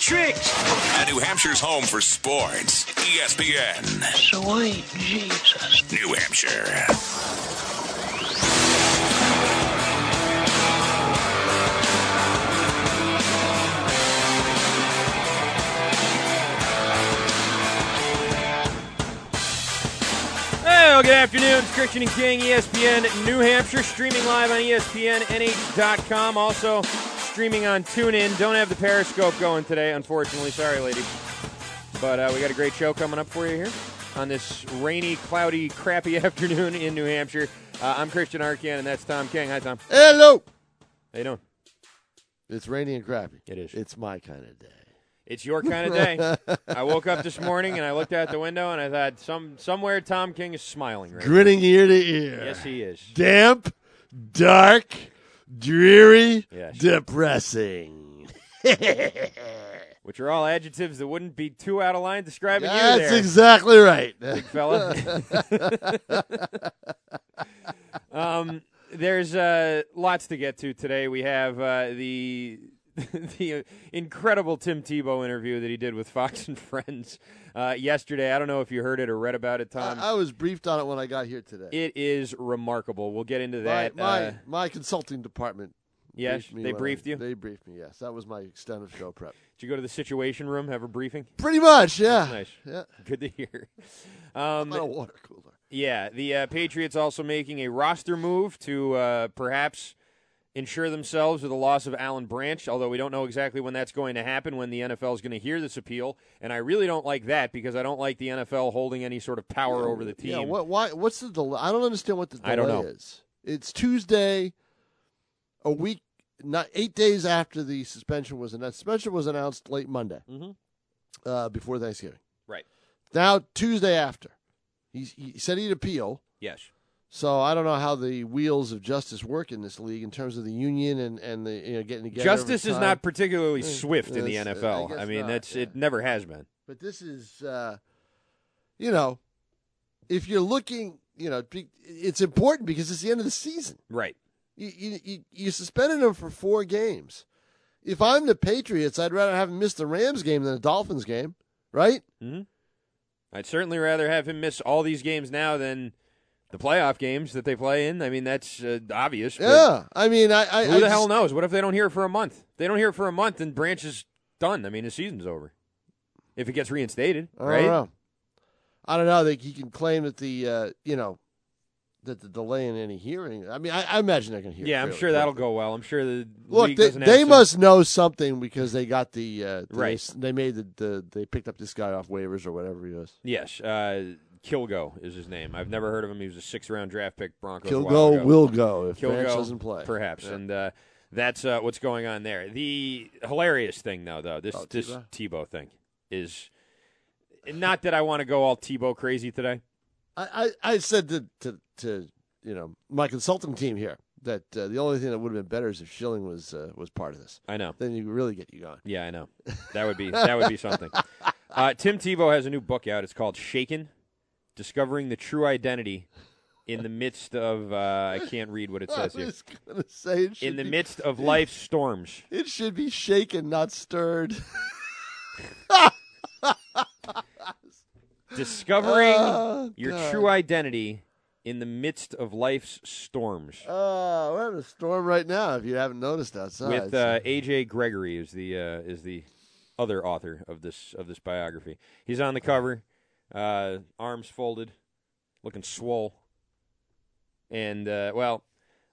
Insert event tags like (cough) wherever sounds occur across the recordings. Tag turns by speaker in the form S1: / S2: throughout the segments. S1: tricks.
S2: And New Hampshire's home for sports. E ESPN,
S1: Sweet Jesus.
S2: New Hampshire.
S3: Hello, good afternoon. It's Christian and King, E ESPN New Hampshire, streaming live on E ESPNNH.com. Also streaming on TuneIn. Don't have the Periscope going today, unfortunately. Sorry, ladies. But uh, we got a great show coming up for you here on this rainy, cloudy, crappy (laughs) afternoon in New Hampshire. Uh, I'm Christian Arcan, and that's Tom King. Hi, Tom.
S4: Hello.
S3: How you doing?
S4: It's rainy and crappy.
S3: It is.
S4: It's my kind of day.
S3: It's your kind of
S4: (laughs)
S3: day. I woke up this morning and I looked out the window and I thought, some somewhere Tom King is smiling right now.
S4: Grinning ear to ear.
S3: Yes, he is.
S4: Damp, dark, dreary,
S3: Yes.
S4: depressing.
S3: (laughs) which are all adjectives that wouldn't be too out of line describing you
S4: That's
S3: there,
S4: exactly right.
S3: (laughs) big
S4: (laughs)
S3: fella. um, there's uh, lots to get to today. We have uh, the (laughs) the incredible Tim Tebow interview that he did with Fox and Friends uh, yesterday. I don't know if you heard it or read about it, Tom.
S4: I, I was briefed on it when I got here today.
S3: it is remarkable. We'll get into
S4: my
S3: that.
S4: my,
S3: uh,
S4: my consulting department.
S3: yes,
S4: briefed me
S3: they
S4: when I-
S3: briefed you. Did
S4: They briefed me. Yes, that was my extended show prep.
S3: you go to the Situation Room, have a briefing?
S4: Pretty much. Yeah.
S3: That's nice.
S4: Yeah.
S3: Good
S4: (laughs)
S3: to hear. Um,
S4: Not a water cooler.
S3: Yeah, the uh, Patriots also making a roster move to uh, perhaps ensure themselves with the loss of Allen Branch, although we don't know exactly when that's going to happen, when the NFL is going to hear this appeal. And I really don't like that because I don't like the NFL holding any sort of power over the team.
S4: Yeah, what? Why? What's the delay? I don't understand what the delay
S3: I don't know.
S4: is. It's Tuesday, a week, not eight days after the suspension was announced. Suspension was announced late Monday,
S3: Mhm.
S4: uh, before Thanksgiving.
S3: Right.
S4: Now Tuesday after, he, he said he'd appeal.
S3: Yes.
S4: So I don't know how the wheels of justice work in this league in terms of the union and and the you know getting together. every
S3: Justice is
S4: time.
S3: not particularly
S4: Uh,
S3: swift in the
S4: that's- I
S3: NFL.
S4: guess
S3: I, mean,
S4: not,
S3: that's
S4: yeah.
S3: it never has been.
S4: But this is, uh, you know, if you're looking, you know, be- it's important because it's the end of the season.
S3: Right.
S4: You, you, you, you suspended him for four games. If I'm the Patriots, I'd rather have him miss the Rams game than the Dolphins game, right?
S3: Mm-hmm. I'd certainly rather have him miss all these games now than the playoff games that they play in. I mean, that's uh, obvious. but-
S4: Yeah. I mean, I, I,
S3: Who
S4: I
S3: the
S4: just-
S3: hell knows? What if they don't hear it for a month? If they don't hear it for a month, then Branch is done. I mean, his season's over. If it gets reinstated,
S4: I
S3: right?
S4: Don't know. I don't know that he can claim that the, uh, you know, that the delay in any hearing. I mean, I, I imagine they're going to hear.
S3: Yeah, I'm
S4: fairly
S3: sure that'll
S4: quickly.
S3: go well. I'm sure the
S4: Look,
S3: league
S4: they,
S3: doesn't have
S4: they
S3: some-
S4: must know something because they got the uh, they,
S3: Right.
S4: They made the, the they picked up this guy off waivers or whatever he was.
S3: Yes, uh, Kilgo is his name. I've never heard of him. He was a six-round draft pick. Broncos. a while
S4: Kilgo
S3: ago.
S4: will go if
S3: Kilgo
S4: Branch doesn't play.
S3: perhaps,
S4: Yeah.
S3: and uh, that's uh, what's going on there. The hilarious thing, though, though this
S4: Oh,
S3: this
S4: Tebow.
S3: Tebow thing is not that I want to go all Tebow crazy today.
S4: I, I, I said to, to to you know my consulting team here that uh, the only thing that would have been better is if Schilling was uh, was part of this.
S3: I know.
S4: Then you really get you going.
S3: Yeah, I know. That would be that would
S4: (laughs)
S3: be something. Uh, Tim Tebow has a new book out. It's called Shaken: Discovering the True Identity in the midst of uh, I can't read what it says
S4: I
S3: here.
S4: was gonna say it should
S3: In the
S4: be-
S3: midst of life's storms.
S4: it should be shaken, not
S3: (laughs)
S4: stirred.
S3: Discovering
S4: Oh,
S3: your
S4: God.
S3: true identity in the midst of life's storms.
S4: Uh, we're having a storm right now. If you haven't noticed outside,
S3: With uh, AJ Gregory is the uh, is the other author of this of this biography. He's on the cover, uh, arms folded, looking swole. And uh, well,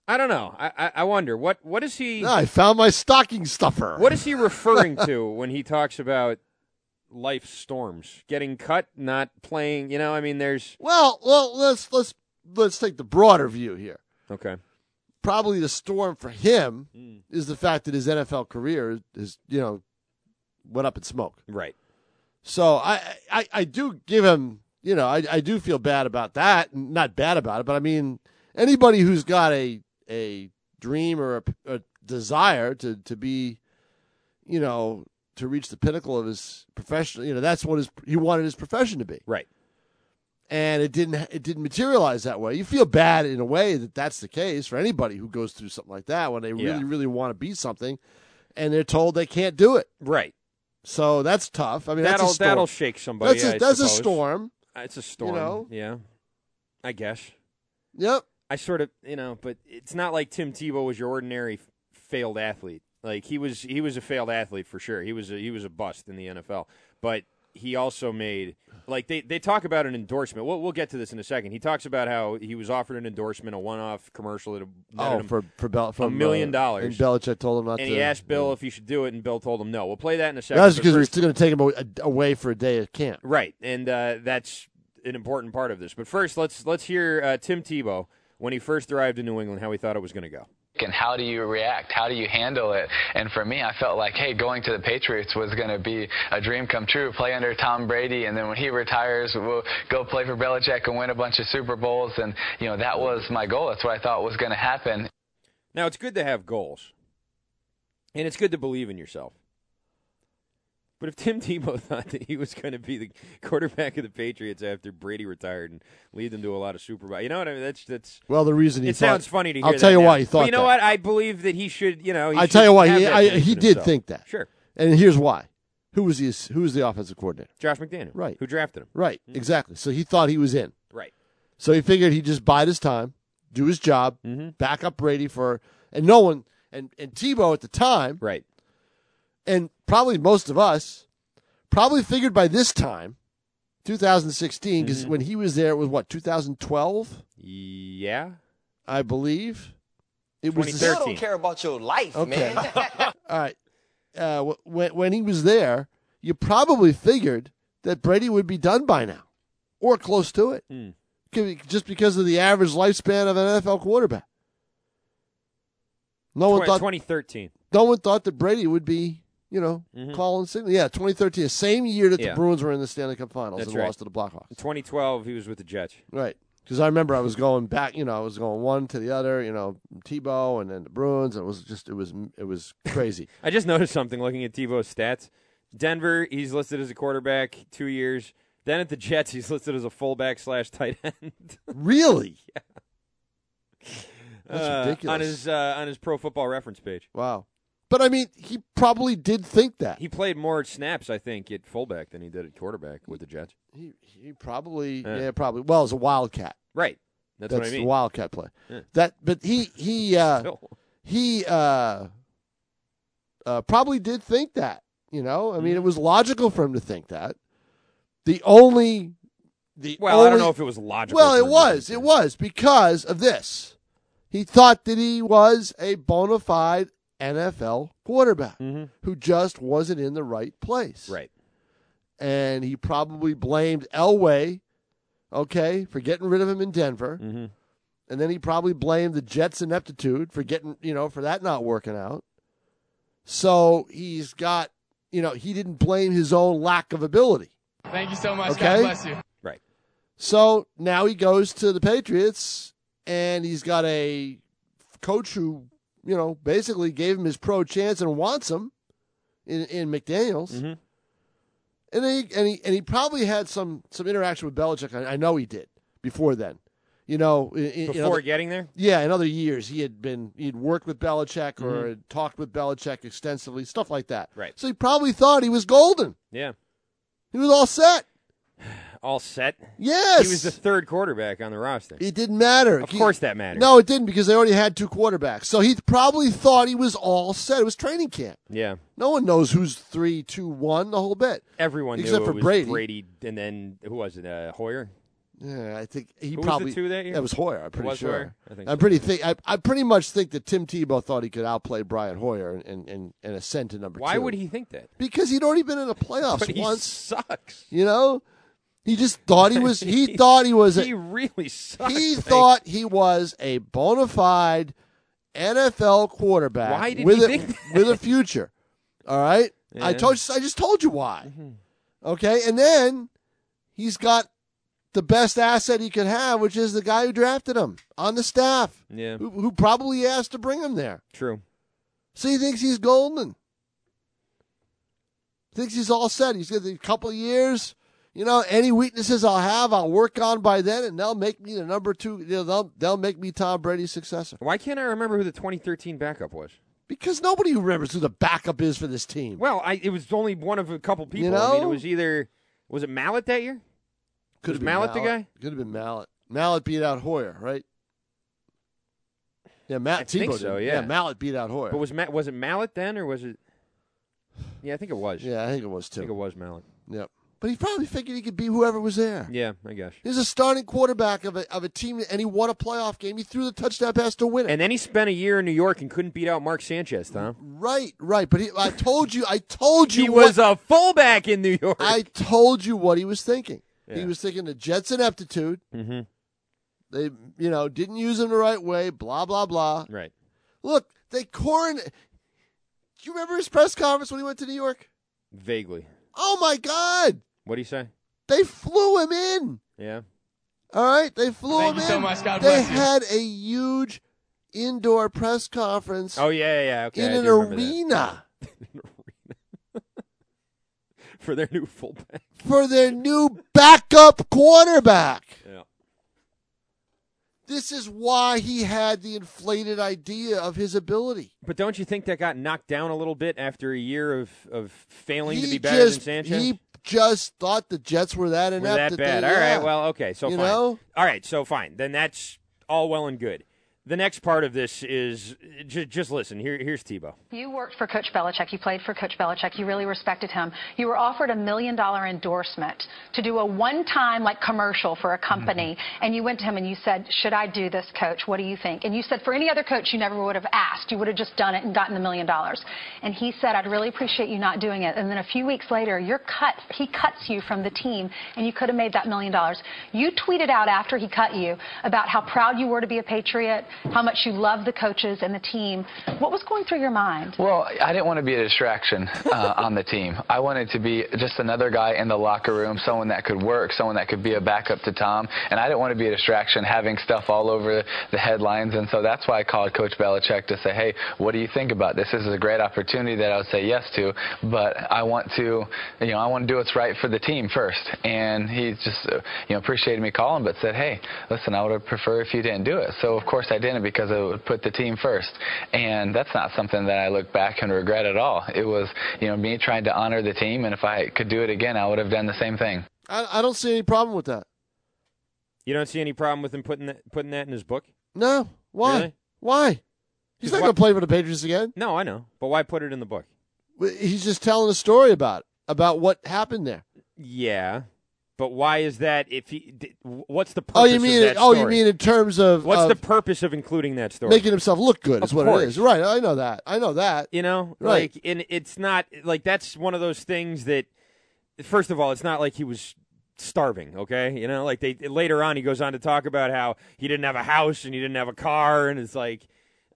S3: I don't know. I, I, I wonder what what is he
S4: No, I found my stocking stuffer.
S3: what is he referring to (laughs) when he talks about life storms, getting cut, not playing. You know, I mean, there's
S4: Well, well, let's let's let's take the broader view here.
S3: okay. Mm.
S4: Probably the storm for him is the fact that his NFL career is you know went up in smoke.
S3: Right.
S4: So I I, I do give him you know I, I do feel bad about that. Not bad about it, but I mean anybody who's got a a dream or a, a desire to to be you know to reach the pinnacle of his professional you know that's what his he wanted his profession to be
S3: Right.
S4: and it didn't it didn't materialize that way. You feel bad in a way that that's the case for anybody who goes through something like that when they
S3: Yeah.
S4: really really want to be something and they're told they can't do it.
S3: Right.
S4: So that's tough. I mean,
S3: that'll
S4: that's a storm.
S3: that'll shake somebody.
S4: that's
S3: I
S4: a, that's a
S3: suppose. Uh,
S4: storm.
S3: It's a storm.
S4: know?
S3: Yeah, I guess.
S4: Yep.
S3: I sort of, you know, but it's not like Tim Tebow was your ordinary f- failed athlete. Like he was, he was a failed athlete for sure. He was, a, he was a bust in the NFL. But he also made, like they, they talk about an endorsement. We'll, we'll get to this in a second. He talks about how he was offered an endorsement, a one-off commercial that, that
S4: Oh, for for Bel- from,
S3: million
S4: uh,
S3: dollars.
S4: And Belichick told him not
S3: and
S4: to.
S3: he asked Bill if he should do it, and Bill told him no. We'll play that in a second.
S4: That's
S3: but
S4: because
S3: first-
S4: it's still going to take him a- away for a day at camp.
S3: Right, and uh, that's an important part of this. But first, let's let's hear uh, Tim Tebow when he first arrived in New England, how he thought it was going to go.
S5: and how do you react? How do you handle it? And for me, I felt like, hey, going to the Patriots was going to be a dream come true. Play under Tom Brady, and then when he retires, we'll go play for Belichick and win a bunch of Super Bowls. And you know that was my goal. That's what I thought was going to happen.
S3: Now it's good to have goals, and it's good to believe in yourself. But if Tim (laughs) Tebow thought that he was going to be the quarterback of the Patriots after Brady retired and lead them to a lot of Super Bowl, you know what I mean? That's that's.
S4: Well, the reason he
S3: It
S4: thought-
S3: sounds funny to hear.
S4: I'll
S3: that
S4: tell you
S3: now.
S4: why he
S3: But
S4: thought.
S3: you know
S4: that.
S3: what? I believe that he should. You know, he
S4: I
S3: should
S4: tell you why
S3: have
S4: he
S3: that
S4: I,
S3: belief
S4: he
S3: in
S4: did
S3: himself.
S4: think that.
S3: Sure,
S4: And here's why: who was the ass- who was the offensive coordinator?
S3: Josh McDaniel,
S4: Right.
S3: Who drafted him? Mm-hmm.
S4: Right, exactly. So he thought he was in.
S3: Right.
S4: So he figured he'd just bide his time, do his job,
S3: Mm-hmm.
S4: back up Brady for, and no one, and and Tebow at the time,
S3: Right.
S4: and probably most of us, probably figured by this time, 2016, because
S3: Mm-hmm.
S4: when he was there, it was what 2012,
S3: Yeah.
S4: I believe. It was the-
S3: 2013.
S6: I don't care about your life,
S4: Okay.
S6: man.
S3: (laughs)
S4: All right. Uh, wh- when, when he was there, you probably figured that Brady would be done by now or close to it
S3: Hmm.
S4: C- just because of the average lifespan of an NFL quarterback. No one,
S3: Tw-
S4: thought,
S3: 2013.
S4: no one thought that Brady would be, you know, calling signal. Yeah, 2013, the same year that
S3: Mm-hmm. Yeah.
S4: the Bruins were in the Stanley Cup Finals
S3: That's
S4: and
S3: right.
S4: lost to the Blackhawks.
S3: 2012, he was with the Jets.
S4: Right. Because I remember I was going back, you know, I was going one to the other, you know, Tebow and then the Bruins. And it was just, it was, it was
S3: (laughs)
S4: crazy.
S3: I just noticed something looking at Tebow's stats. Denver, he's listed as a quarterback two years. Then at the Jets, he's listed as a fullback slash tight end. (laughs)
S4: really? That's
S3: Uh,
S4: ridiculous.
S3: On his uh, on his Pro Football Reference page,
S4: Wow. But I mean, he probably did think that.
S3: he played more snaps, I think, at fullback than he did at quarterback with the Jets.
S4: He, he probably,
S3: Yeah.
S4: yeah. probably. Well, as a wildcat,
S3: Right. That's, what I
S4: the
S3: mean.
S4: wildcat play.
S3: Yeah.
S4: That, but he
S3: (laughs)
S4: he uh,
S3: Still.
S4: he uh, uh, probably did think that. You know, I mean,
S3: Mm-hmm.
S4: it was logical for him to think that. The only, the
S3: well, I don't
S4: only-
S3: know if it was logical.
S4: Well,
S3: for
S4: it
S3: him to
S4: was.
S3: do
S4: It
S3: that.
S4: was because of this. He thought that he was a bona fide NFL quarterback who just wasn't in the right place.
S3: Mm-hmm. Right.
S4: and he probably blamed Elway, okay, for getting rid of him in Denver.
S3: Mhm.
S4: And then he probably blamed the Jets' ineptitude for getting, you know, for that not working out. So he's got, you know, he didn't blame his own lack of ability.
S7: Thank you so much.
S4: Okay.
S7: God bless you.
S3: Right.
S4: So now he goes to the Patriots and he's got a coach who, you know, basically gave him his pro chance and wants him in, in McDaniels.
S3: Mhm.
S4: And he and he and he probably had some some interaction with Belichick. I, I know he did before then. You know, in, in- in
S3: Before
S4: other-
S3: getting there,
S4: yeah, in other years he had been he had worked with Belichick or had talked with Belichick extensively, stuff like that.
S3: Mm-hmm. Right.
S4: So he probably thought he was golden.
S3: yeah,
S4: He was all set.
S3: all set.
S4: Yes.
S3: He was the third quarterback on the roster.
S4: It didn't matter.
S3: Of
S4: He-
S3: course that mattered.
S4: No, it didn't because they already had two quarterbacks. So he probably thought he was all set. It was training camp.
S3: Yeah.
S4: No one knows who's three, two, one, the whole bit.
S3: Everyone
S4: Except
S3: knew
S4: for
S3: it was
S4: Brady.
S3: and then who was it? Uh, Hoyer.
S4: Yeah, I think he
S3: Who was the
S4: probably
S3: two that year?
S4: was Hoyer. I'm pretty
S3: was
S4: sure.
S3: Hoyer? I
S4: I
S3: think
S4: am
S3: so.
S4: pretty think. I, I pretty much think that Tim Tebow thought he could outplay Brian Hoyer and and, and, and ascend to number
S3: Why
S4: two.
S3: would he think that?
S4: Because he'd already been in the
S3: But
S4: playoffs
S3: he
S4: once.
S3: sucks.
S4: You know, he just thought he was.
S3: (laughs)
S4: He thought he was. a-
S3: He really sucks.
S4: he
S3: Like,
S4: thought he was a bona fide NFL quarterback
S3: Why did
S4: with
S3: he
S4: a,
S3: think that?
S4: with a future. All right, I
S3: Yeah. Mm-hmm.
S4: told you, I just told you why. Okay, and then he's got the best asset he could have, which is the guy who drafted him on the staff,
S3: Yeah.
S4: who, who probably asked to bring him there.
S3: True.
S4: So he thinks he's golden. Thinks he's all set. He's got a couple of years. You know, any weaknesses I'll have, I'll work on by then, and they'll make me the number two. You know, they'll they'll make me Tom Brady's successor.
S3: Why can't I remember who the 2013 backup was?
S4: because nobody remembers who the backup is for this team.
S3: Well, I it was only one of a couple people. I mean, it
S4: know?
S3: was either was it Mallet that year?
S4: Could
S3: was
S4: have been
S3: Mallet the guy?
S4: Could have been Mallet. Mallet beat out Hoyer, right? Yeah, Matt
S3: I think
S4: Tebow
S3: so,
S4: did.
S3: yeah.
S4: Mallet beat out Hoyer.
S3: But was Ma- was it Mallet then, or was it? Yeah, I think it was.
S4: yeah, I think it was
S3: I
S4: too.
S3: think it was Mallet.
S4: Yep. But he probably figured he could be whoever was there.
S3: Yeah, I guess.
S4: He's a starting quarterback of a, of a team, and he won a playoff game. He threw the touchdown pass to win it.
S3: And then he spent a year in New York and couldn't beat out Mark Sanchez, Tom.
S4: right, right. But he, I told you, I told you,
S3: He
S4: what-
S3: was a fullback in New York.
S4: I told you what he was thinking.
S3: Yeah.
S4: He was thinking the Jets' ineptitude.
S3: Mhm.
S4: They, you know, didn't use him the right way. Blah blah blah.
S3: Right.
S4: Look, they coron. Do you remember his press conference when he went to New York?
S3: Vaguely.
S4: Oh my God!
S3: What do you say?
S4: They flew him in.
S3: Yeah. (laughs)
S4: All right, they flew
S6: Thank
S4: him
S6: you
S4: in.
S6: so much. God
S4: they
S6: bless you.
S4: had a huge indoor press conference
S3: Oh yeah, yeah. yeah. Okay.
S4: in
S3: I
S4: an
S3: do remember that.
S4: arena
S3: for their new fullback.
S4: for their new backup quarterback.
S3: Yeah.
S4: This is why he had the inflated idea of his ability.
S3: But don't you think that got knocked down a little bit after a year of, of failing
S4: he
S3: to be better
S4: just,
S3: than Sanchez?
S4: He just thought the Jets were that
S3: Were
S4: inept.
S3: that bad.
S4: They,
S3: All
S4: yeah.
S3: right. Well, okay. So
S4: You
S3: fine.
S4: know?
S3: All right. So fine. Then that's all well and good. The next part of this is just, just listen. Here, here's Tebow.
S7: You worked for Coach Belichick. You played for Coach Belichick. You really respected him. You were offered a million dollar endorsement to do a one time like commercial for a company. And you went to him and you said, Should I do this, coach? What do you think? And you said, For any other coach, you never would have asked. You would have just done it and gotten the million dollars. And he said, I'd really appreciate you not doing it. And then a few weeks later, you're cut. He cuts you from the team and you could have made that million dollars. You tweeted out after he cut you about how proud you were to be a Patriot, how much you loved the coaches and the team. What was going through your mind?
S5: Well, I didn't want to be a distraction uh, on the team. I wanted to be just another guy in the locker room, someone that could work, someone that could be a backup to Tom. And I didn't want to be a distraction having stuff all over the headlines. And so that's why I called Coach Belichick to say, hey, what do you think about this? This is a great opportunity that I would say yes to, but I want to, you know, I want to do what's right for the team first. And he just, uh, you know, appreciated me calling, but said, hey, listen, I would have preferred if you didn't do it. So of course I didn't because it would put the team first. And that's not something that I look back and regret at all. It was, you know, me trying to honor the team. And if I could do it again, I would have done the same thing.
S4: I, I don't see any problem with that.
S3: You don't see any problem with him putting that putting that in his book?
S4: No. Why?
S3: Really?
S4: Why? He's not
S3: why-
S4: going to play for the Patriots again.
S3: No, I know. But why put it in the book?
S4: He's just telling a story about it, about what happened there.
S3: Yeah. But why is that? If he, d- what's the purpose?
S4: Oh, you
S3: of
S4: mean?
S3: that
S4: Oh, you
S3: story?
S4: mean in terms of
S3: What's
S4: of
S3: the purpose of including that story?
S4: making himself look good? Is
S3: Of
S4: what
S3: course.
S4: it is, right? I know that. I know that.
S3: You know,
S4: Right.
S3: Like, and it's not like that's one of those things that, first of all, it's not like he was starving. Okay, you know, like they later on he goes on to talk about how he didn't have a house and he didn't have a car, and it's like,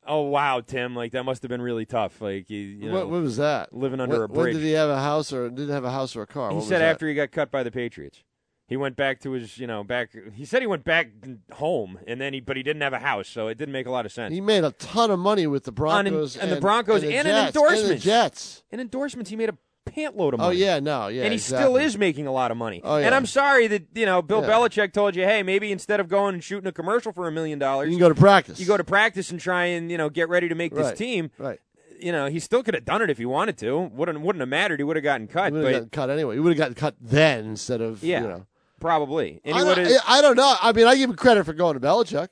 S3: oh wow, Tim, like that must have been really tough. Like you, you know,
S4: what, what was that?
S3: living under
S4: When-
S3: a
S4: When
S3: bridge.
S4: did he have a house or didn't have a house or a car?
S3: he
S4: What was
S3: said
S4: that?
S3: after he got cut by the Patriots. He went back to his, you know, back. He said he went back home, and then he, but he didn't have a house, so it didn't make a lot of sense.
S4: he made a ton of money with the
S3: an-
S4: Broncos
S3: and the Broncos
S4: and, the
S3: and an
S4: Jets, And the
S3: endorsement.
S4: Jets.
S3: In endorsements, he made a pantload of
S4: Oh
S3: money.
S4: yeah, no, yeah,
S3: and he still
S4: exactly.
S3: is making a lot of money.
S4: Oh, yeah.
S3: And I'm sorry that you know Bill
S4: Yeah.
S3: Belichick told you, hey, maybe instead of going and shooting a commercial for a million
S4: You
S3: dollars,
S4: can go to practice.
S3: you go to practice and try and you know get ready to make
S4: Right.
S3: this team.
S4: right.
S3: You know, he still could have done it if he wanted to. Wouldn't wouldn't have mattered. He would have gotten
S4: He
S3: cut,
S4: would have
S3: but
S4: gotten cut anyway. He would have gotten cut then instead of
S3: yeah,
S4: You know.
S3: probably. And he
S4: I
S3: would
S4: don't,
S3: have.
S4: I I don't know. I mean, I give him credit for going to Belichick.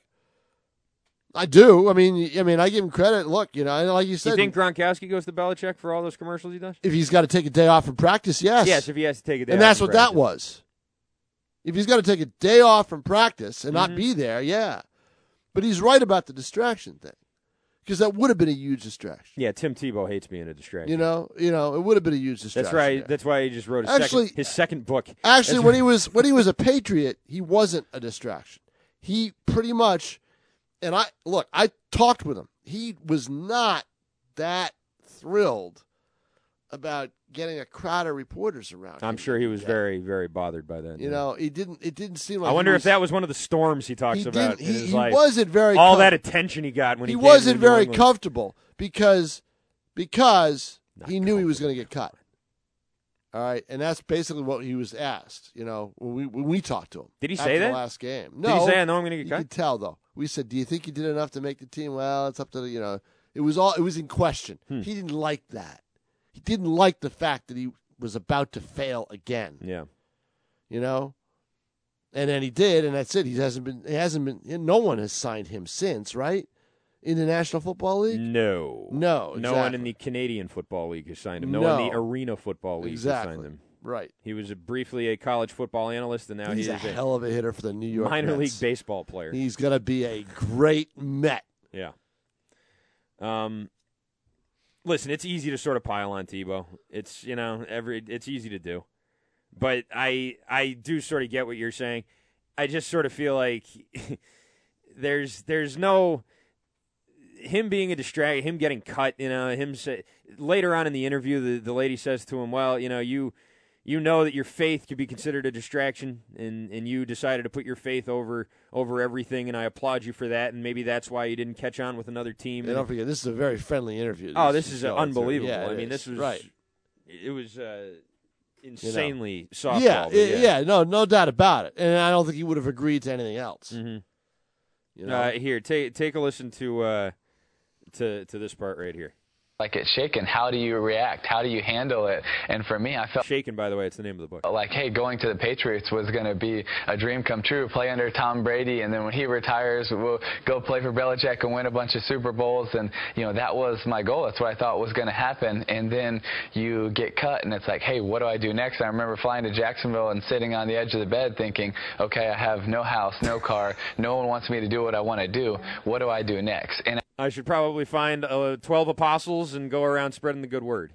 S4: I do. I mean, y- I mean, I give him credit. Look, you know, and like you
S3: You
S4: said,
S3: think Gronkowski goes to Belichick for all those commercials he does?
S4: if he's got to take a day off from practice, yes,
S3: Yes, if he has to take it.
S4: and that's what that was. If he's got to take a day off from practice and
S3: Mm-hmm.
S4: not be there, yeah. But he's right about the distraction thing, because that would have been a huge distraction.
S3: Yeah, Tim Tebow hates being a distraction.
S4: You know, you know, it would have been a huge
S3: that's
S4: distraction.
S3: right.
S4: there.
S3: That's why he just wrote a
S4: Actually-
S3: second, his second book.
S4: Actually,
S3: That's
S4: when he was when he was a patriot, he wasn't a distraction. He pretty much, and I look, I talked with him. He was not that thrilled about getting a crowd of reporters around.
S3: I'm
S4: him
S3: sure he was
S4: that day.
S3: very, very bothered by that.
S4: You
S3: yeah.
S4: know, it didn't. It didn't seem like.
S3: I
S4: he
S3: wonder
S4: was,
S3: if that was one of the storms he talks
S4: He
S3: about.
S4: didn't-
S3: in
S4: he-
S3: his
S4: he
S3: life.
S4: wasn't very
S3: all
S4: com-
S3: that attention he got when he,
S4: he
S3: came
S4: wasn't
S3: to New
S4: very
S3: England.
S4: comfortable because because
S3: Not
S4: he knew he was going to get cut. All right, and that's basically what he was asked. You know, when we when we talked to him.
S3: Did he
S4: after
S3: say
S4: the
S3: that?
S4: last game?
S3: Did
S4: No,
S3: he say I know I'm going to
S4: You
S3: get cut?
S4: could tell though. We said, "Do you think you did enough to make the team?" Well, it's up to the, you know. It was all it was in question.
S3: Hmm.
S4: He didn't like that. He didn't like the fact that he was about to fail again.
S3: Yeah.
S4: You know, and then he did, and that's it. He hasn't been. He hasn't been. No one has signed him since, right? In the National Football League.
S3: No.
S4: No,
S3: No one
S4: exactly.
S3: in the Canadian Football League has signed him. No, one in the
S4: No.
S3: Arena Football League
S4: exactly.
S3: has signed him.
S4: Right.
S3: He was a, briefly a college football analyst, and now
S4: He's
S3: he
S4: a
S3: is a
S4: hell of a hitter for the New York
S3: minor
S4: Mets.
S3: league baseball player.
S4: He's gonna be a great Met.
S3: Yeah. Um, listen, it's easy to sort of pile on Tebow. It's you know every it's easy to do, but I I do sort of get what you're saying. I just sort of feel like (laughs) there's there's no him being a distract, him getting cut. You know, him say, later on in the interview, the the lady says to him, "Well, you know you." You know that your faith could be considered a distraction, and, and you decided to put your faith over over everything, and I applaud you for that. And maybe that's why you didn't catch on with another team.
S4: And don't forget, this is a very friendly interview.
S3: Oh, this is uh,
S4: so it's a-
S3: unbelievable.
S4: yeah, it
S3: I mean,
S4: is.
S3: this was
S4: right.
S3: It was uh, insanely softball.
S4: Yeah,
S3: but
S4: yeah, yeah, no, no doubt about it. And I don't think he would have agreed to anything else.
S3: Mhm.
S4: You know,
S3: Uh, here, take take a listen to uh, to to this part right here.
S5: like it's shaken. How do you react? How do you handle it? And for me, I felt
S3: Shaken, by the way, it's the name of the book.
S5: like, hey, going to the Patriots was going to be a dream come true. Play under Tom Brady, and then when he retires, we'll go play for Belichick and win a bunch of Super Bowls. And you know that was my goal. That's what I thought was going to happen. And then you get cut, and it's like, hey, what do I do next? I remember flying to Jacksonville and sitting on the edge of the bed, thinking, okay, I have no house, no car, (laughs) no one wants me to do what I want to do. What do I do next? And
S3: I should probably find uh, twelve apostles and go around spreading the good word.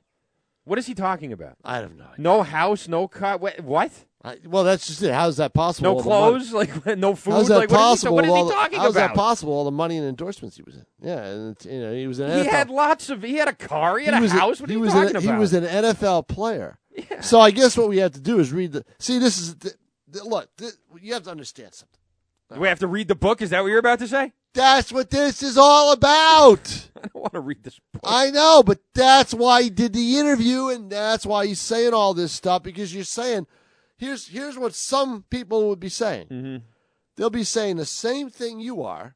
S3: What is he talking about?
S4: I don't know.
S3: No house, no cut. Wha- What?
S4: I, well, that's just it. How is that possible?
S3: No
S4: with all the money-
S3: clothes? (laughs) Like no food?
S4: How's that
S3: like
S4: possible?
S3: what is he,
S4: with all
S3: what is he
S4: the-
S3: talking
S4: how's
S3: about?
S4: that possible? All the money and endorsements he was in. Yeah, and it's, you know, he was an
S3: he
S4: NFL.
S3: had lots of. He had a car. He had
S4: he
S3: a
S4: was
S3: house. what are
S4: he
S3: you
S4: was
S3: talking
S4: an,
S3: about?
S4: He was an NFL player. So I guess what we have to do is read the. See, this is the, the- look. This, you have to understand something.
S3: Do we have to read the book? Is that what you're about to say?
S4: That's what this is all about.
S3: (laughs) I don't want to read this book.
S4: I know, but that's why he did the interview, and that's why he's saying all this stuff because you're saying, here's here's what some people would be saying.
S3: Mhm.
S4: They'll be saying the same thing you are,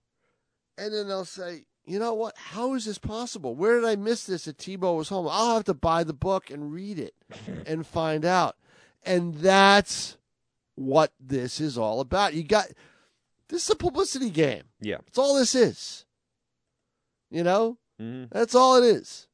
S4: and then they'll say, you know what? How is this possible? Where did I miss this? That Tebow was home. I'll have to buy the book and read it and find out. And that's what this is all about. You got this is a publicity game.
S3: yeah.
S4: That's all this is. You know,
S3: Mm-hmm.
S4: that's all it is.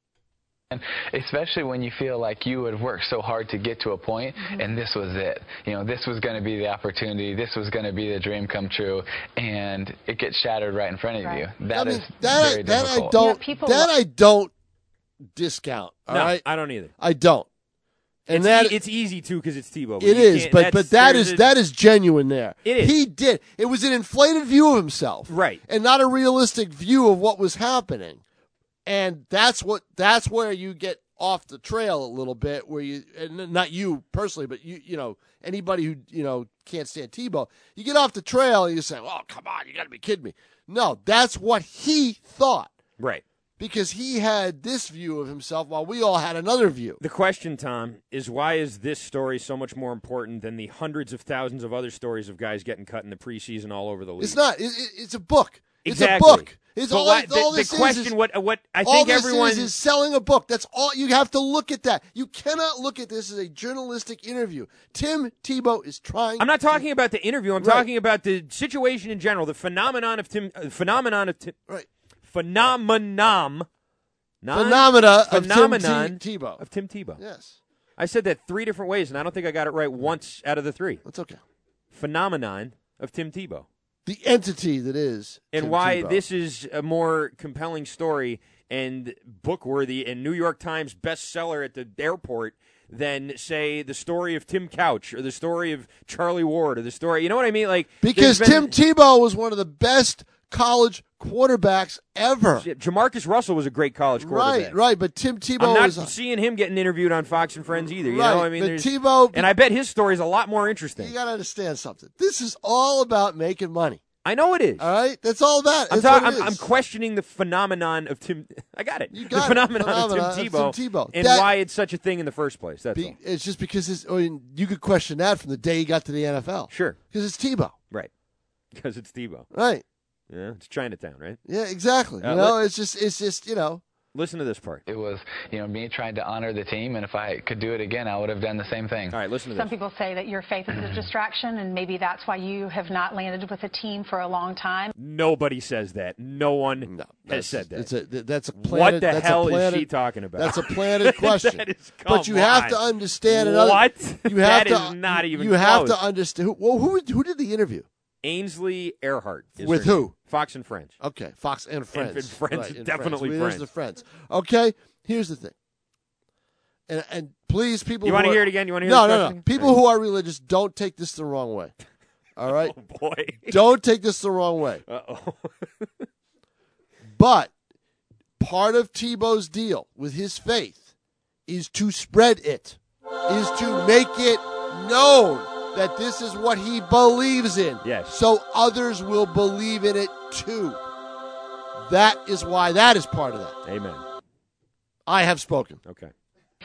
S5: And especially when you feel like you had worked so hard to get to a point
S7: Mm-hmm.
S5: and this was it. You know, this was going to be the opportunity, this was going to be the dream come true, and it gets shattered right in front of
S7: Right.
S5: you. That is
S4: that, I,
S5: very
S4: that I
S5: difficult.
S4: don't
S7: Yeah, people-
S4: that I don't discount. All
S3: no,
S4: right,
S3: I don't either.
S4: I don't. And
S3: it's,
S4: that
S3: e- it's easy too because it's Tebow.
S4: it
S3: you
S4: is,
S3: can't-
S4: but but
S3: that's-
S4: that
S3: there's
S4: is
S3: a-
S4: that is (laughs) genuine. There,
S3: It is.
S4: He did. It was an inflated view of himself,
S3: Right.
S4: and not a realistic view of what was happening. And that's what that's where you get off the trail a little bit, where you and not you personally, but you you know anybody who you know can't stand Tebow, you get off the trail and you say, "Oh, come on, you got to be kidding me." No, that's what he thought
S3: right.
S4: because he had this view of himself while we all had another view.
S3: The question, Tom, is why is this story so much more important than the hundreds of thousands of other stories of guys getting cut in the preseason all over the league?
S4: It's not. It, it, it's a book.
S3: exactly.
S4: It's a book. It's
S3: But
S4: all,
S3: why- the,
S4: all
S3: the
S4: this is
S3: question,
S4: is,
S3: what what I
S4: all
S3: think
S4: this
S3: everyone
S4: is is selling a book. That's all you have to look at. That you cannot look at this as a journalistic interview. Tim Tebow is trying.
S3: I'm not talking about the interview. I'm
S4: Right.
S3: talking about the situation in general, the phenomenon of Tim, uh, phenomenon of Tim,
S4: right.
S3: phenomenon, non-
S4: Phenomena of Tim T-
S3: phenomenon
S4: Tebow.
S3: of Tim Tebow.
S4: Yes,
S3: I said that three different ways, and I don't think I got it right once out of the three.
S4: that's okay.
S3: Phenomenon of Tim Tebow.
S4: The entity that is
S3: and
S4: Tim
S3: why
S4: Tebow.
S3: this is a more compelling story and book worthy and New York Times bestseller at the airport than say the story of Tim Couch or the story of Charlie Ward or the story you know what I mean like
S4: because
S3: there's been-
S4: Tim Tebow was one of the best college quarterbacks ever.
S3: Jamarcus Russell was a great college quarterback
S4: Right, right. But Tim Tebow
S3: I'm not
S4: was
S3: seeing him getting interviewed on Fox and Friends either you
S4: Right,
S3: know I mean
S4: but
S3: there's-
S4: Tebow-
S3: and I bet his story is a lot more
S4: You
S3: interesting
S4: got to understand something. This is all about making money.
S3: I know it is
S4: All right, that's all about.
S3: I'm,
S4: That's what
S3: talking.
S4: it
S3: I'm, I'm
S4: is.
S3: questioning the phenomenon of Tim. (laughs) I got it.
S4: You
S3: the
S4: got it.
S3: phenomenon, of, Tim
S4: Phenomenon
S3: Tebow
S4: of Tim Tebow.
S3: and
S4: That-
S3: why it's such a thing in the first place. That's
S4: Be-
S3: all.
S4: it's just because it's, I mean, you could question that from the day he got to the NFL.
S3: Sure. (laughs)
S4: Because it's Tebow,
S3: Right. Because it's Tebow.
S4: right?
S3: Yeah, it's Chinatown, right?
S4: Yeah, exactly.
S3: Uh,
S4: you know,
S3: let-
S4: it's just it's just you know.
S3: Listen to this part.
S5: It was, you know, me trying to honor the team, and if I could do it again, I would have done the same thing.
S3: All right, listen to
S7: Some
S3: this.
S7: people say that your faith is a
S3: (clears throat)
S7: distraction, and maybe that's why you have not landed with a team for a long time.
S3: Nobody says that. No one
S4: No, that's-
S3: has said that.
S4: It's a, th- that's a
S3: what
S4: planted,
S3: the
S4: that's a
S3: hell is
S4: planted-
S3: she talking about? (laughs)
S4: That's a planted question.
S3: That is-
S4: but you
S3: come
S4: have to
S3: on.
S4: understand another.
S3: What?
S4: You have
S3: That
S4: to,
S3: is not even
S4: You have to
S3: close.
S4: understand. who- Well, who who did the interview?
S3: Ainsley Earhart. is
S4: With
S3: her name.
S4: who?
S3: Fox and French.
S4: Okay, Fox and Friends.
S3: and Friends,
S4: Right, and
S3: definitely
S4: Friends. There's the Friends. Okay, here's the thing. And and please, people.
S3: You
S4: want to
S3: wanna hear it again? You wanna hear
S4: No,
S3: this
S4: no,
S3: question
S4: no.
S3: again?
S4: People who are religious, don't take this the wrong
S3: (laughs)
S4: way. All right,
S3: Oh boy.
S4: don't take this the wrong way.
S3: Uh (laughs) oh.
S4: But part of Tebow's deal with his faith is to spread it, is to make it known that this is what he believes in.
S3: Yes.
S4: So others will believe in it too. That is why that is part of that.
S3: Amen.
S4: I have spoken.
S3: Okay.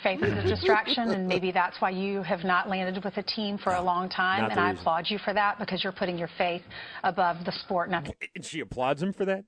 S7: Faith is a distraction, and maybe that's why you have not landed with a team for a long time.
S3: not
S7: And
S3: the
S7: I
S3: reason.
S7: applaud you for that because you're putting your faith above the sport. Nothing.
S3: And she applauds him for that.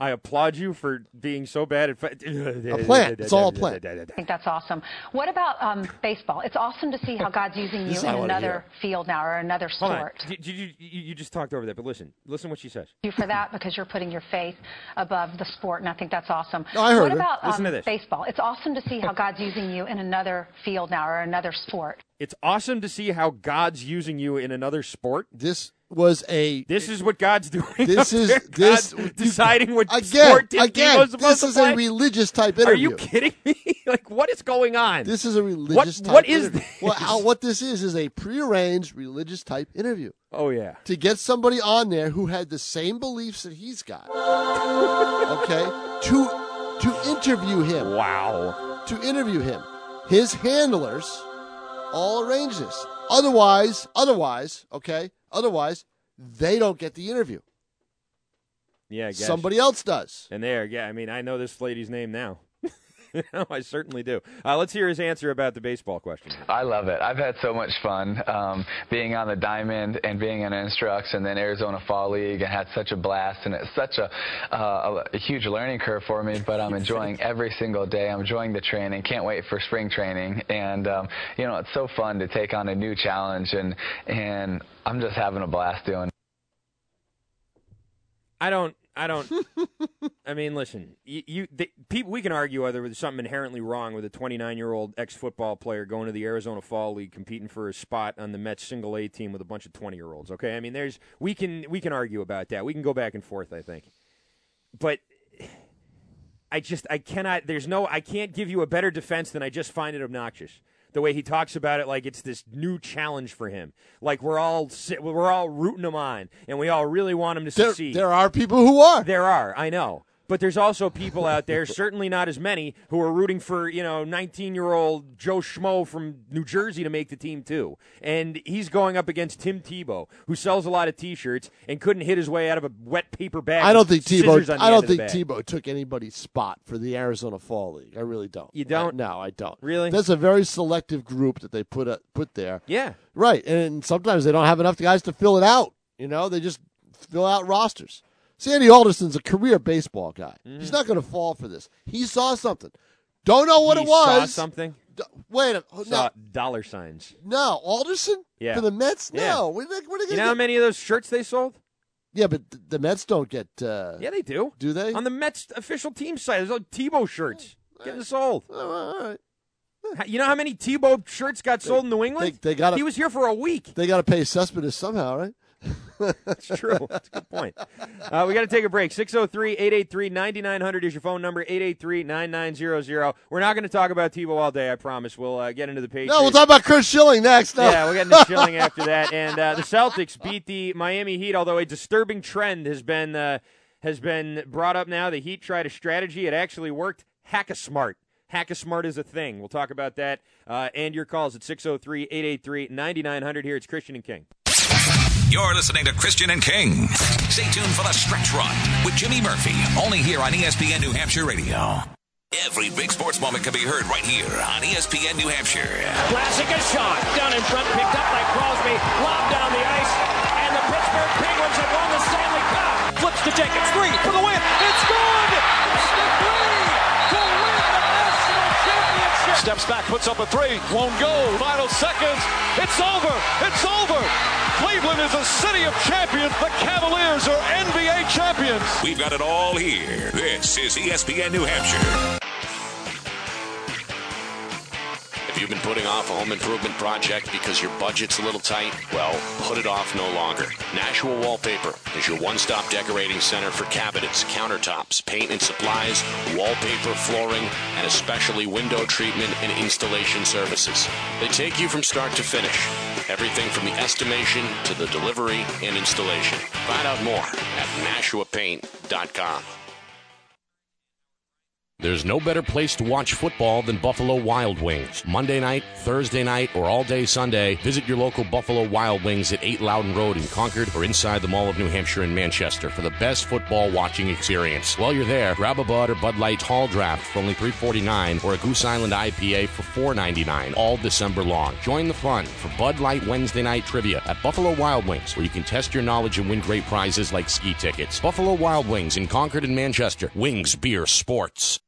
S3: I applaud you for being so bad at. (laughs) a
S4: plant. It's all a plant.
S7: I think that's awesome. What about um, baseball? It's awesome to see how God's using you
S4: This
S7: in
S4: I wanna
S7: another field now or another
S3: Hold on.
S7: sport.
S3: Did, did you, you you just talked over that, but listen, listen what she says.
S7: You for that because you're putting your faith above the sport, and I think that's awesome.
S4: No, I heard
S7: what
S4: her.
S7: about
S3: Listen
S7: um,
S3: to this.
S7: baseball? It's awesome to see how God's using you in another field now or another sport.
S3: It's awesome to see how God's using you in another sport.
S4: This was a
S3: This is what God's doing.
S4: this
S3: up
S4: is
S3: there.
S4: this
S3: God's deciding what
S4: again
S3: sport Tim
S4: again.
S3: Tebow's supposed
S4: This
S3: to
S4: is
S3: play?
S4: a religious type
S3: Are
S4: interview.
S3: you kidding me? (laughs) like what is going on?
S4: This is a religious type.
S3: what is
S4: interview.
S3: this?
S4: Well, Al, what this is is a prearranged religious type interview.
S3: oh yeah.
S4: to get somebody on there who had the same beliefs that he's
S3: (laughs)
S4: got. okay? To to interview him,
S3: Wow.
S4: to interview him. His handlers all arrange this. Otherwise, otherwise, okay? Otherwise, they don't get the interview.
S3: Yeah, I guess.
S4: Somebody else does.
S3: And there, yeah, I mean, I know this lady's name now. (laughs) no, I certainly do. Uh, let's hear his answer about the baseball question.
S5: I love it. I've had so much fun um, being on the diamond and being on Instructs and then Arizona Fall League. I had such a blast and it's such a, uh, a huge learning curve for me, but I'm enjoying every single day. I'm enjoying the training. Can't wait for spring training. And, um, you know, it's so fun to take on a new challenge and, and I'm just having a blast doing
S3: I don't.
S4: (laughs)
S3: I don't. I mean, listen. You, you the, people. We can argue whether there's something inherently wrong with a 29 year old ex football player going to the Arizona Fall League competing for a spot on the Mets single A team with a bunch of 20 year olds. Okay. I mean, there's we can we can argue about that. We can go back and forth. I think, but. I just I cannot there's no I can't give you a better defense than I just find it obnoxious. The way he talks about it like it's this new challenge for him. Like we're all si- we're all rooting him on and we all really want him to
S4: There,
S3: succeed.
S4: there are people who are.
S3: There are, I know. But there's also people out there, certainly not as many, who are rooting for, you know, 19 year old Joe Schmo from New Jersey to make the team, too. And he's going up against Tim Tebow, who sells a lot of t shirts and couldn't hit his way out of a wet paper bag.
S4: I don't
S3: with
S4: think
S3: scissors
S4: Tebow
S3: on the
S4: I
S3: end
S4: don't
S3: of the
S4: think
S3: bag.
S4: Tebow took anybody's spot for the Arizona Fall League. I really don't.
S3: You don't?
S4: no, I don't.
S3: Really?
S4: That's a very selective group that they put up, put there.
S3: Yeah.
S4: Right, and sometimes they don't have enough guys to fill it out. You know, they just fill out rosters. Sandy Alderson's a career baseball guy.
S3: Mm-hmm.
S4: He's not going to fall for this. He saw something. Don't know Oh, what
S3: He
S4: it was.
S3: Saw something?
S4: D- Wait a oh,
S3: Saw
S4: no,
S3: dollar signs.
S4: no Alderson
S3: Yeah.
S4: for the Mets. No,
S3: Yeah.
S4: what are they, what are they
S3: You know
S4: gonna
S3: how
S4: get?
S3: many of those shirts they sold?
S4: Yeah, but th- the Mets don't get. Uh,
S3: Yeah, they do.
S4: Do they?
S3: On the Mets official team site, there's like Tebow shirts getting sold.
S4: Oh, all right.
S3: You know how many Tebow shirts got sold in New England?
S4: they- they gotta-
S3: he was here for a week.
S4: They got to pay Cespedes somehow, right?
S3: It's true. That's
S4: (laughs)
S3: a good point. Uh, we got to take a break. 603 883 9900 is your phone number, 883 9900. We're not going to talk about Tebow all day, I promise. We'll uh, get into the Patriots.
S4: No, we'll talk about Chris Schilling next. No.
S3: Yeah, we'll get into
S4: (laughs)
S3: chilling after that. And uh, the Celtics beat the Miami Heat, although a disturbing trend has been uh, has been brought up now. The Heat tried a strategy; it actually worked. Hack a smart. Hack a smart is a thing. We'll talk about that. Uh, and your calls at 603 883 9900. Here it's Christian and King.
S2: You're listening to Christian and King. Stay tuned for the stretch run with Jimmy Murphy, only here on E ESPN New Hampshire Radio. Every big sports moment can be heard right here on E ESPN New Hampshire.
S6: Classic a shot. Down in front, picked up by Crosby, lobbed down the ice, and the Pittsburgh Penguins have won the Stanley Cup. flips to Jenkins. Three for the win. It's good. It's the three to win the national championship. Steps back, puts up a three. Won't go. Final seconds. It's over. It's over. Cleveland is a city of champions. The Cavaliers are NBA champions.
S2: We've got it all here. This is E ESPN New Hampshire.
S8: If you've been putting off a home improvement project because your budget's a little tight, well, put it off no longer. Nashua Wallpaper is your one stop decorating center for cabinets, countertops, paint and supplies, wallpaper, flooring, and especially window treatment and installation services. They take you from start to finish everything from the estimation to the delivery and installation. Find out more at NashuaPaint.com. There's no better place to watch football than Buffalo Wild Wings. Monday night, Thursday night, or all day Sunday, visit your local Buffalo Wild Wings at 8 Loudon Road in Concord or inside the Mall of New Hampshire in Manchester for the best football watching experience. While you're there, grab a Bud or Bud Light Hall Draft for only $3.49 or a Goose Island IPA for $4.99 all December long. Join the fun for Bud Light Wednesday Night Trivia at Buffalo Wild Wings where you can test your knowledge and win great prizes like ski tickets. Buffalo Wild Wings in Concord and Manchester. Wings, beer, sports.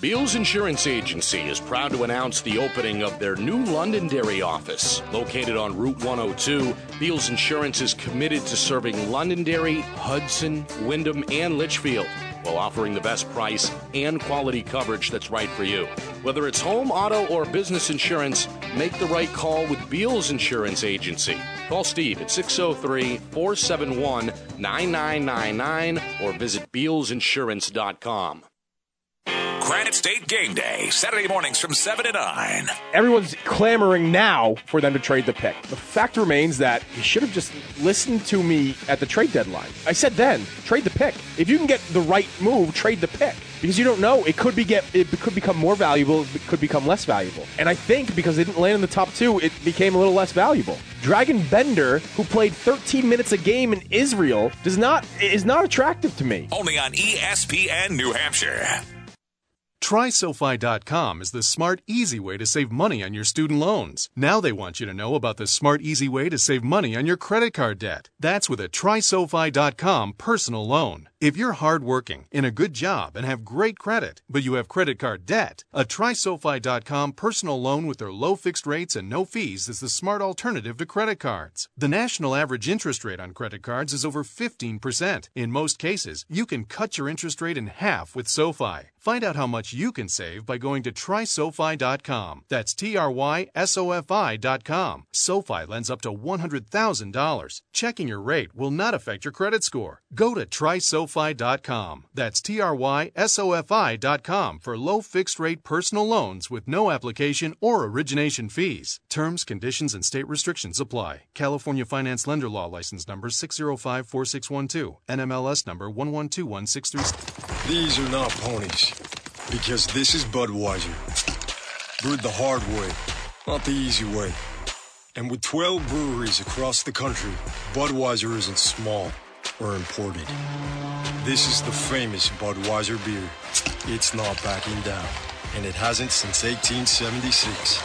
S8: Beals Insurance Agency is proud to announce the opening of their new Londonderry office. Located on Route 102, Beals Insurance is committed to serving Londonderry, Hudson, Wyndham, and Litchfield while offering the best price and quality coverage that's right for you. Whether it's home, auto, or business insurance, make the right call with Beals Insurance Agency. Call Steve at 603 471 9999 or visit BealsInsurance.com.
S2: Granite State Game Day, Saturday mornings from 7 to 9.
S9: everyone's clamoring now for them to trade the pick. The fact remains that you should have just listened to me at the trade deadline. I said then, trade the pick. If you can get the right move, trade the pick. Because you don't know, it could be get it could become more valuable, it could become less valuable. And I think because they didn't land in the top two, it became a little less valuable. Dragon Bender, who played 13 minutes a game in Israel, does not is not attractive to me.
S2: Only on E ESPN New Hampshire.
S10: TrySofi.com is the smart, easy way to save money on your student loans. Now they want you to know about the smart, easy way to save money on your credit card debt. That's with a TrySofi.com personal loan. If you're hardworking, in a good job, and have great credit, but you have credit card debt, a TrySofi.com personal loan with their low fixed rates and no fees is the smart alternative to credit cards. The national average interest rate on credit cards is over 15%. In most cases, you can cut your interest rate in half with SoFi. Find out how much you can save by going to trysofi.com. That's T R Y S O F I.com. SoFi lends up to $100,000. Checking your rate will not affect your credit score. Go to trysofi.com. That's T R Y S O F I.com for low fixed rate personal loans with no application or origination fees. Terms, conditions, and state restrictions apply. California Finance Lender Law License Number 605 4612, NMLS Number 1121636.
S11: These are not ponies, because this is Budweiser. Brewed the hard way, not the easy way. And with 12 breweries across the country, Budweiser isn't small or imported. This is the famous Budweiser beer. It's not backing down, and it hasn't since 1876.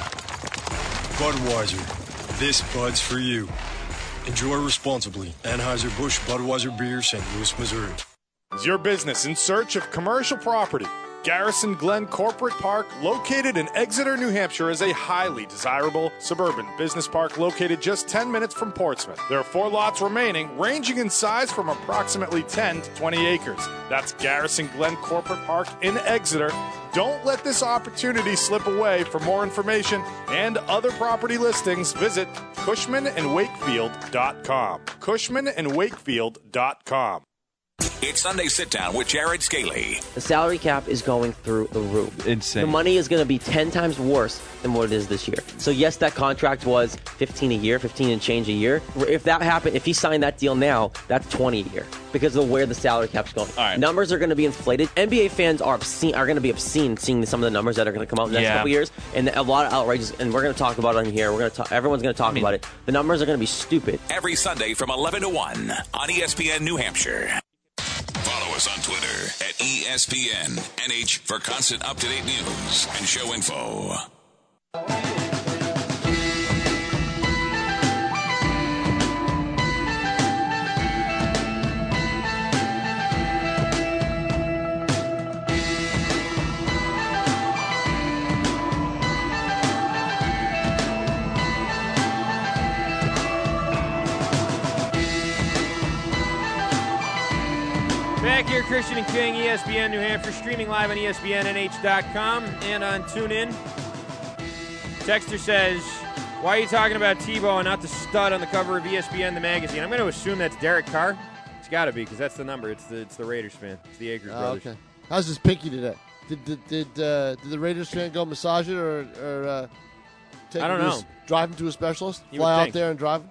S11: Budweiser, this Bud's for you. Enjoy responsibly. Anheuser-Busch Budweiser Beer, St. Louis, Missouri.
S9: Is your business in search of commercial property? Garrison Glen Corporate Park, located in Exeter, New Hampshire, is a highly desirable suburban business park located just 10 minutes from Portsmouth. There are four lots remaining, ranging in size from approximately 10 to 20 acres. That's Garrison Glen Corporate Park in Exeter. Don't let this opportunity slip away. For more information and other property listings, visit cushmanandwakefield.com. Cushmanandwakefield.com.
S2: It's Sunday Sit Down with Jared Scaley.
S12: The salary cap is going through the roof. Insane. The money is going to be 10 times worse than what it is this year. So, yes, that contract was 15 a year, 15 and change a year. If that happened, if he signed that deal now, that's 20 a year because of where the salary cap's going. Numbers are going to be inflated. NBA fans are obscene, are going to be obscene seeing some of the numbers that are going to come out in the next
S13: Yeah.
S12: couple years and a lot of outrageous. And we're going to talk about it on here. We're going to talk, everyone's going to talk about it. The numbers are going to be stupid.
S2: Every Sunday from 11 to 1 on E ESPN New Hampshire. Follow us on Twitter at E ESPN NH for constant up to date news and show info.
S3: Back here, Christian and King, E ESPN New Hampshire, streaming live on E ESPNNH.com and on TuneIn. Texter says, Why are you talking about Tebow and not the stud on the cover of E ESPN the magazine? I'm going to assume that's Derek Carr. It's got to be because that's the number. It's the it's the Raiders fan. It's the Akers
S4: Oh,
S3: brothers.
S4: okay. How's his pinky today? Did did did, uh, did the Raiders fan go massage it or, or uh, take
S3: I don't
S4: him to a s-
S3: know.
S4: drive him to a specialist?
S3: You
S4: Fly
S3: would
S4: out
S3: think.
S4: there and drive him?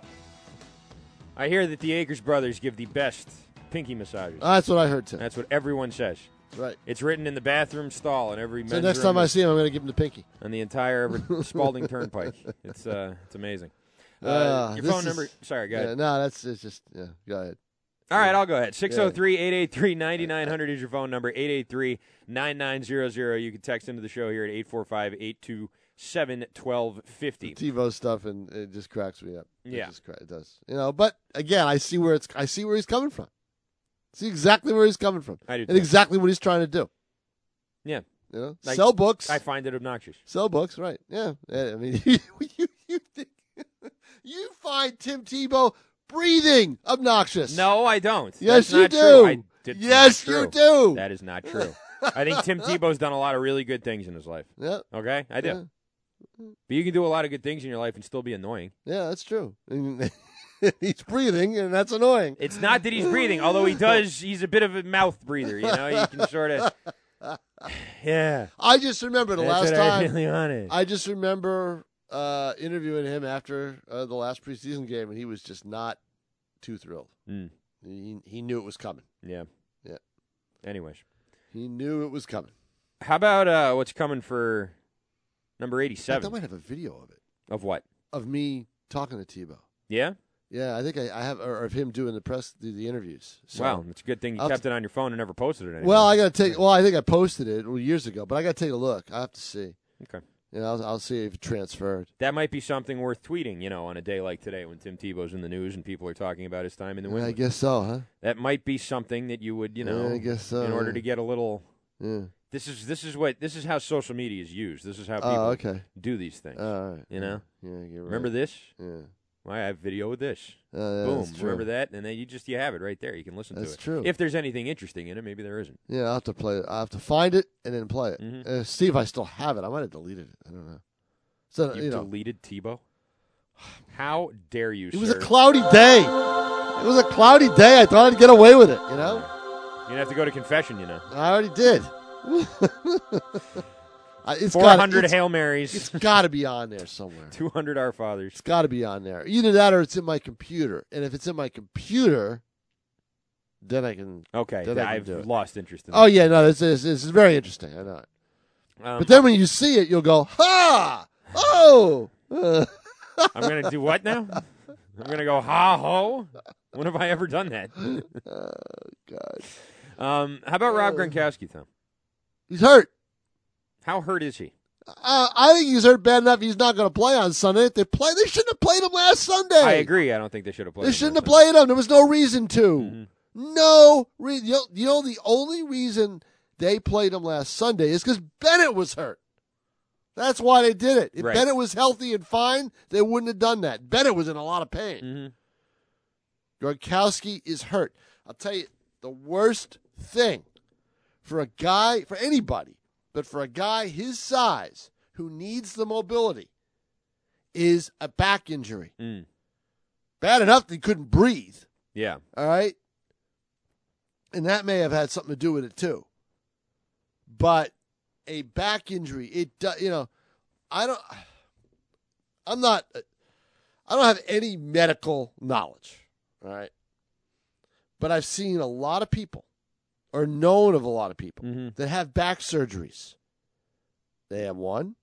S3: I hear that the Akers brothers give the best pinky massages.
S4: Uh, that's what I heard too.
S3: That's what everyone says.
S4: Right.
S3: It's written in the bathroom stall in every.
S4: So
S3: men's
S4: next
S3: room
S4: time I see him, I'm going to give him the pinky.
S3: on the entire
S4: (laughs)
S3: Everett Spalding Turnpike. It's uh, it's amazing. Uh,
S4: Ah,
S3: your
S4: this
S3: phone
S4: is-
S3: number. Sorry, go
S4: yeah,
S3: ahead.
S4: No, that's it's just yeah. Go ahead.
S3: All right, I'll go ahead. 603 883 9900 is your phone number. 883 9900. You can text into the show here at 845 827 1250.
S4: Tebow stuff and it just cracks me up. It
S3: Yeah.
S4: just cra- it does. You know, but again, I see where it's I see where he's coming from. See exactly where he's coming from.
S3: I do,
S4: And
S3: too.
S4: exactly what he's trying to do.
S3: Yeah.
S4: You know,
S3: Like,
S4: sell books.
S3: I find it obnoxious.
S4: Sell books, right? Yeah. Yeah, I mean, (laughs) you you, you, think, (laughs) you find Tim Tebow breathing obnoxious.
S3: No, I don't.
S4: Yes,
S3: That's
S4: you
S3: not
S4: do.
S3: True. I, that's
S4: yes,
S3: not
S4: you
S3: true.
S4: do.
S3: That is not true. I
S4: (laughs)
S3: think Tim Tebow's done a lot of really good things in his life.
S4: Yeah.
S3: Okay? I do.
S4: Yeah.
S3: But you can do a lot of good things in your life and still be annoying.
S4: Yeah, that's true. (laughs) And he's breathing, and that's annoying.
S3: It's not that he's breathing,
S4: (laughs)
S3: although he does. He's a bit of a mouth breather. You know, you can sort of. Yeah.
S4: I just remember the
S3: That's
S4: last
S3: what I
S4: time.
S3: really wanted.
S4: I just remember uh, interviewing him after uh, the last preseason game, and he was just not too thrilled.
S3: Mm.
S4: He, he knew it was coming.
S3: Yeah.
S4: Yeah.
S3: Anyways,
S4: He knew it was coming.
S3: how about uh, what's coming for number
S4: I think I
S3: eighty-seven
S4: might have a video of it
S3: of what?
S4: of me talking to Tebow.
S3: Yeah.
S4: Yeah, I think I, I have, or of him doing the press, the, the interviews. (laughs) So,
S3: wow, it's a good thing you
S4: I'll-
S3: kept it on your phone and never posted it. Anywhere.
S4: Well, I got to take. Well, I think I posted it years ago, but I got to take a look. I have to see.
S3: Okay.
S4: You know, I'll, I'll see if it transferred.
S3: that might be something worth tweeting. You know, on a day like today when Tim Tebow's in the news and people are talking about his time in the
S4: I
S3: England,
S4: guess so, huh?
S3: that might be something that you would, you
S4: Yeah,
S3: know,
S4: I guess so,
S3: in order
S4: yeah.
S3: to get a little.
S4: Yeah.
S3: This is this is what this is how social media is used. This is how people
S4: Oh, okay.
S3: do these things.
S4: Oh, all right.
S3: you know,
S4: Yeah, you're right.
S3: remember this?
S4: Yeah.
S3: Why I have video of this.
S4: Uh, yeah,
S3: Boom.
S4: that's true.
S3: Remember that? And then you just you have it right there. You can listen to it.
S4: That's true.
S3: If there's anything interesting in it, maybe there isn't.
S4: Yeah, I'll have to play it. I have to find it and then play it.
S3: Mm-hmm.
S4: Uh, see if I still have it. I might have deleted it. I don't know. So
S3: You,
S4: you know,
S3: deleted Tebow. How dare you?
S4: it was a
S3: sir.
S4: cloudy day. It was a cloudy day. I thought I'd get away with it. You know,
S3: You'd have to go to confession. You know,
S4: I already did. I- it's
S3: four
S4: gotta-
S3: hundred
S4: it's-
S3: hail marys,
S4: It's got to be on there somewhere.
S3: (laughs) two hundred our fathers.
S4: It's got to be on there. Either that or it's in my computer. And if it's in my computer, then I can.
S3: Okay,
S4: Then I can
S3: I've
S4: do it.
S3: lost interest in.
S4: Oh yeah, no, this is this is very interesting. I know. it.
S3: that. Um,
S4: But then when you see it, you'll go, ha!
S3: (laughs)
S4: Oh! (laughs) Uh,
S3: I'm gonna do what now? I'm gonna go ha ho. When have I ever
S4: (laughs)
S3: done that?
S4: Oh, God. Uh.
S3: Um, how about Rob Gronkowski, though?
S4: He's hurt.
S3: How hurt is he?
S4: Uh, I think he's hurt bad enough. He's not going to play on Sunday. If they play, they shouldn't have played him last Sunday.
S3: I agree. I don't think they should have played.
S4: They
S3: him
S4: shouldn't
S3: last
S4: have
S3: night.
S4: played him. There was no reason to. No reason. You know, you know, the only reason they played him last Sunday is because Bennett was hurt. That's why they did it. If
S3: Right.
S4: Bennett was healthy and fine, they wouldn't have done that. Bennett was in a lot of pain.
S3: Mhm. Mm-hmm.
S4: Gronkowski is hurt. I'll tell you the worst thing for a guy, for anybody, but for a guy his size who needs the mobility is a back injury.
S3: Mm.
S4: Bad enough that he couldn't breathe.
S3: Yeah.
S4: All right. And that may have had something to do with it too. But a back injury, it does, you know, I don't, I'm not, I don't have any medical knowledge. All right. But I've seen a lot of people or known of a lot of people
S3: Mhm.
S4: that have back surgeries. They have one,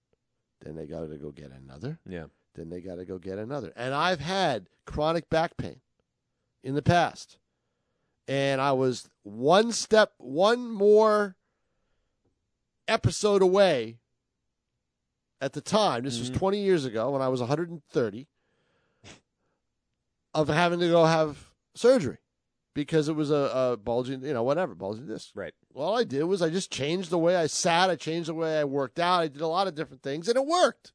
S4: then they got to go get another
S3: Yeah.
S4: then they got to go get another. And I've had chronic back pain in the past. And I was one step, one more episode away at the time. This was 20 years ago when I was 130 of having to go have surgery because it was a, a bulging, you know, whatever, bulging disc.
S3: Right.
S4: Well, all I did was I just changed the way I sat, I changed the way I worked out, I did a lot of different things, and it worked.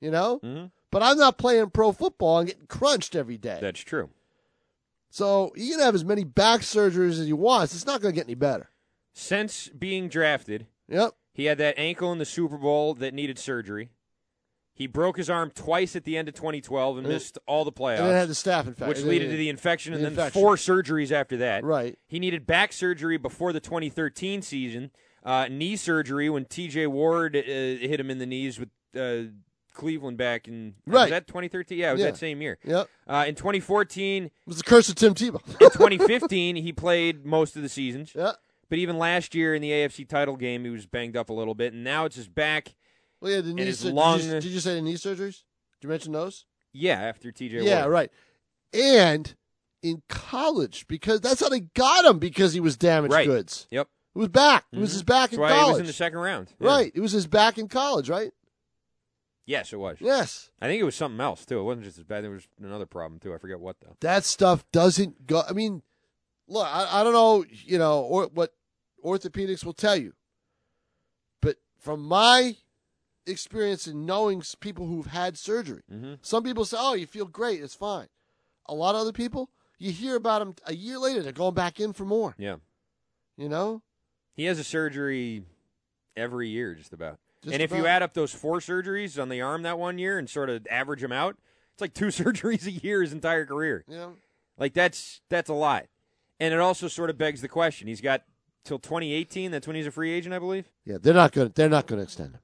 S4: You know?
S3: Mhm.
S4: But I'm not playing pro football and getting crunched every day.
S3: That's true.
S4: So you can have as many back surgeries as you want. It's not going to get any better.
S3: Since being drafted,
S4: yep,
S3: he had that ankle in the Super Bowl that needed surgery. He broke his arm twice at the end of 2012 and,
S4: And-
S3: missed all the playoffs.
S4: Uh. and then had the staph infection.
S3: which
S4: And then-
S3: leaded to the infection and
S4: the
S3: then
S4: infection.
S3: four surgeries after that.
S4: Right.
S3: He needed back surgery before the 2013 season, uh, knee surgery when T.J. Ward uh, hit him in the knees with uh, Cleveland back in
S4: Right.
S3: Was that 2013? Yeah, it was
S4: Yeah.
S3: that same year.
S4: Yep.
S3: Uh, in 2014,
S4: It was the curse of Tim Tebow.
S3: (laughs) in 2015, he played most of the seasons. But even last year in the AFC title game, he was banged up a little bit, and now it's his back.
S4: Well, Oh, yeah, the knee
S3: his
S4: sur- did you-
S3: lung-
S4: Did, you, say the knee surgeries? Did you mention those?
S3: Yeah, after T.J.
S4: yeah,
S3: Ward.
S4: right. And in college, because that's how they got him because he was damaged
S3: Right.
S4: goods.
S3: Yep.
S4: It was back. It was
S3: Mhm.
S4: his back
S3: That's
S4: in
S3: why
S4: college.
S3: he was in the second round. Yeah.
S4: Right. It was his back in college, right?
S3: Yes, it was.
S4: Yes.
S3: I think it was something else too. It wasn't just as bad. There was another problem too. I forget what though.
S4: That stuff doesn't go. I mean, look, I, I don't know, you know, or what orthopedics will tell you, but from my experience in knowing s- people who've had surgery, some people say, "Oh, you feel great, it's fine." A lot of other people, you hear about them a year later, they're going back in for more.
S3: Yeah.
S4: You know,
S3: He has a surgery every year, just about.
S4: Just
S3: and if you
S4: about.
S3: add up those four surgeries on the arm that one year and sort of average them out, it's like two (laughs) surgeries a year his entire career.
S4: Yeah.
S3: Like that's that's a lot. And it also sort of begs the question. He's got till 2018. That's when he's a free agent, I believe.
S4: yeah, they're not going. to They're not going to extend him.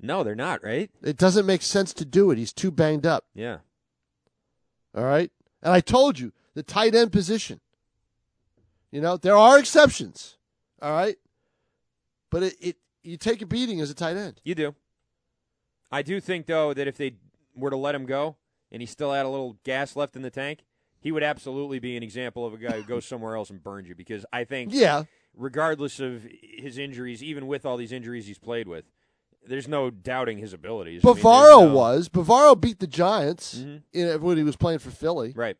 S3: No, they're not, right?
S4: It doesn't make sense to do it. He's too banged up.
S3: Yeah.
S4: All right. And I told you the tight end position. You know, there are exceptions. All right. But it, it you take a beating as a tight end.
S3: You do. I do think though that if they were to let him go and he still had a little gas left in the tank, he would absolutely be an example of a guy who goes somewhere else and burns you because I think
S4: Yeah.
S3: regardless of his injuries, even with all these injuries he's played with, there's no doubting his abilities. I mean, there's
S4: Bavaro
S3: no-
S4: was. Bavaro beat the Giants
S3: Mhm.
S4: in, when he was playing for Philly.
S3: Right.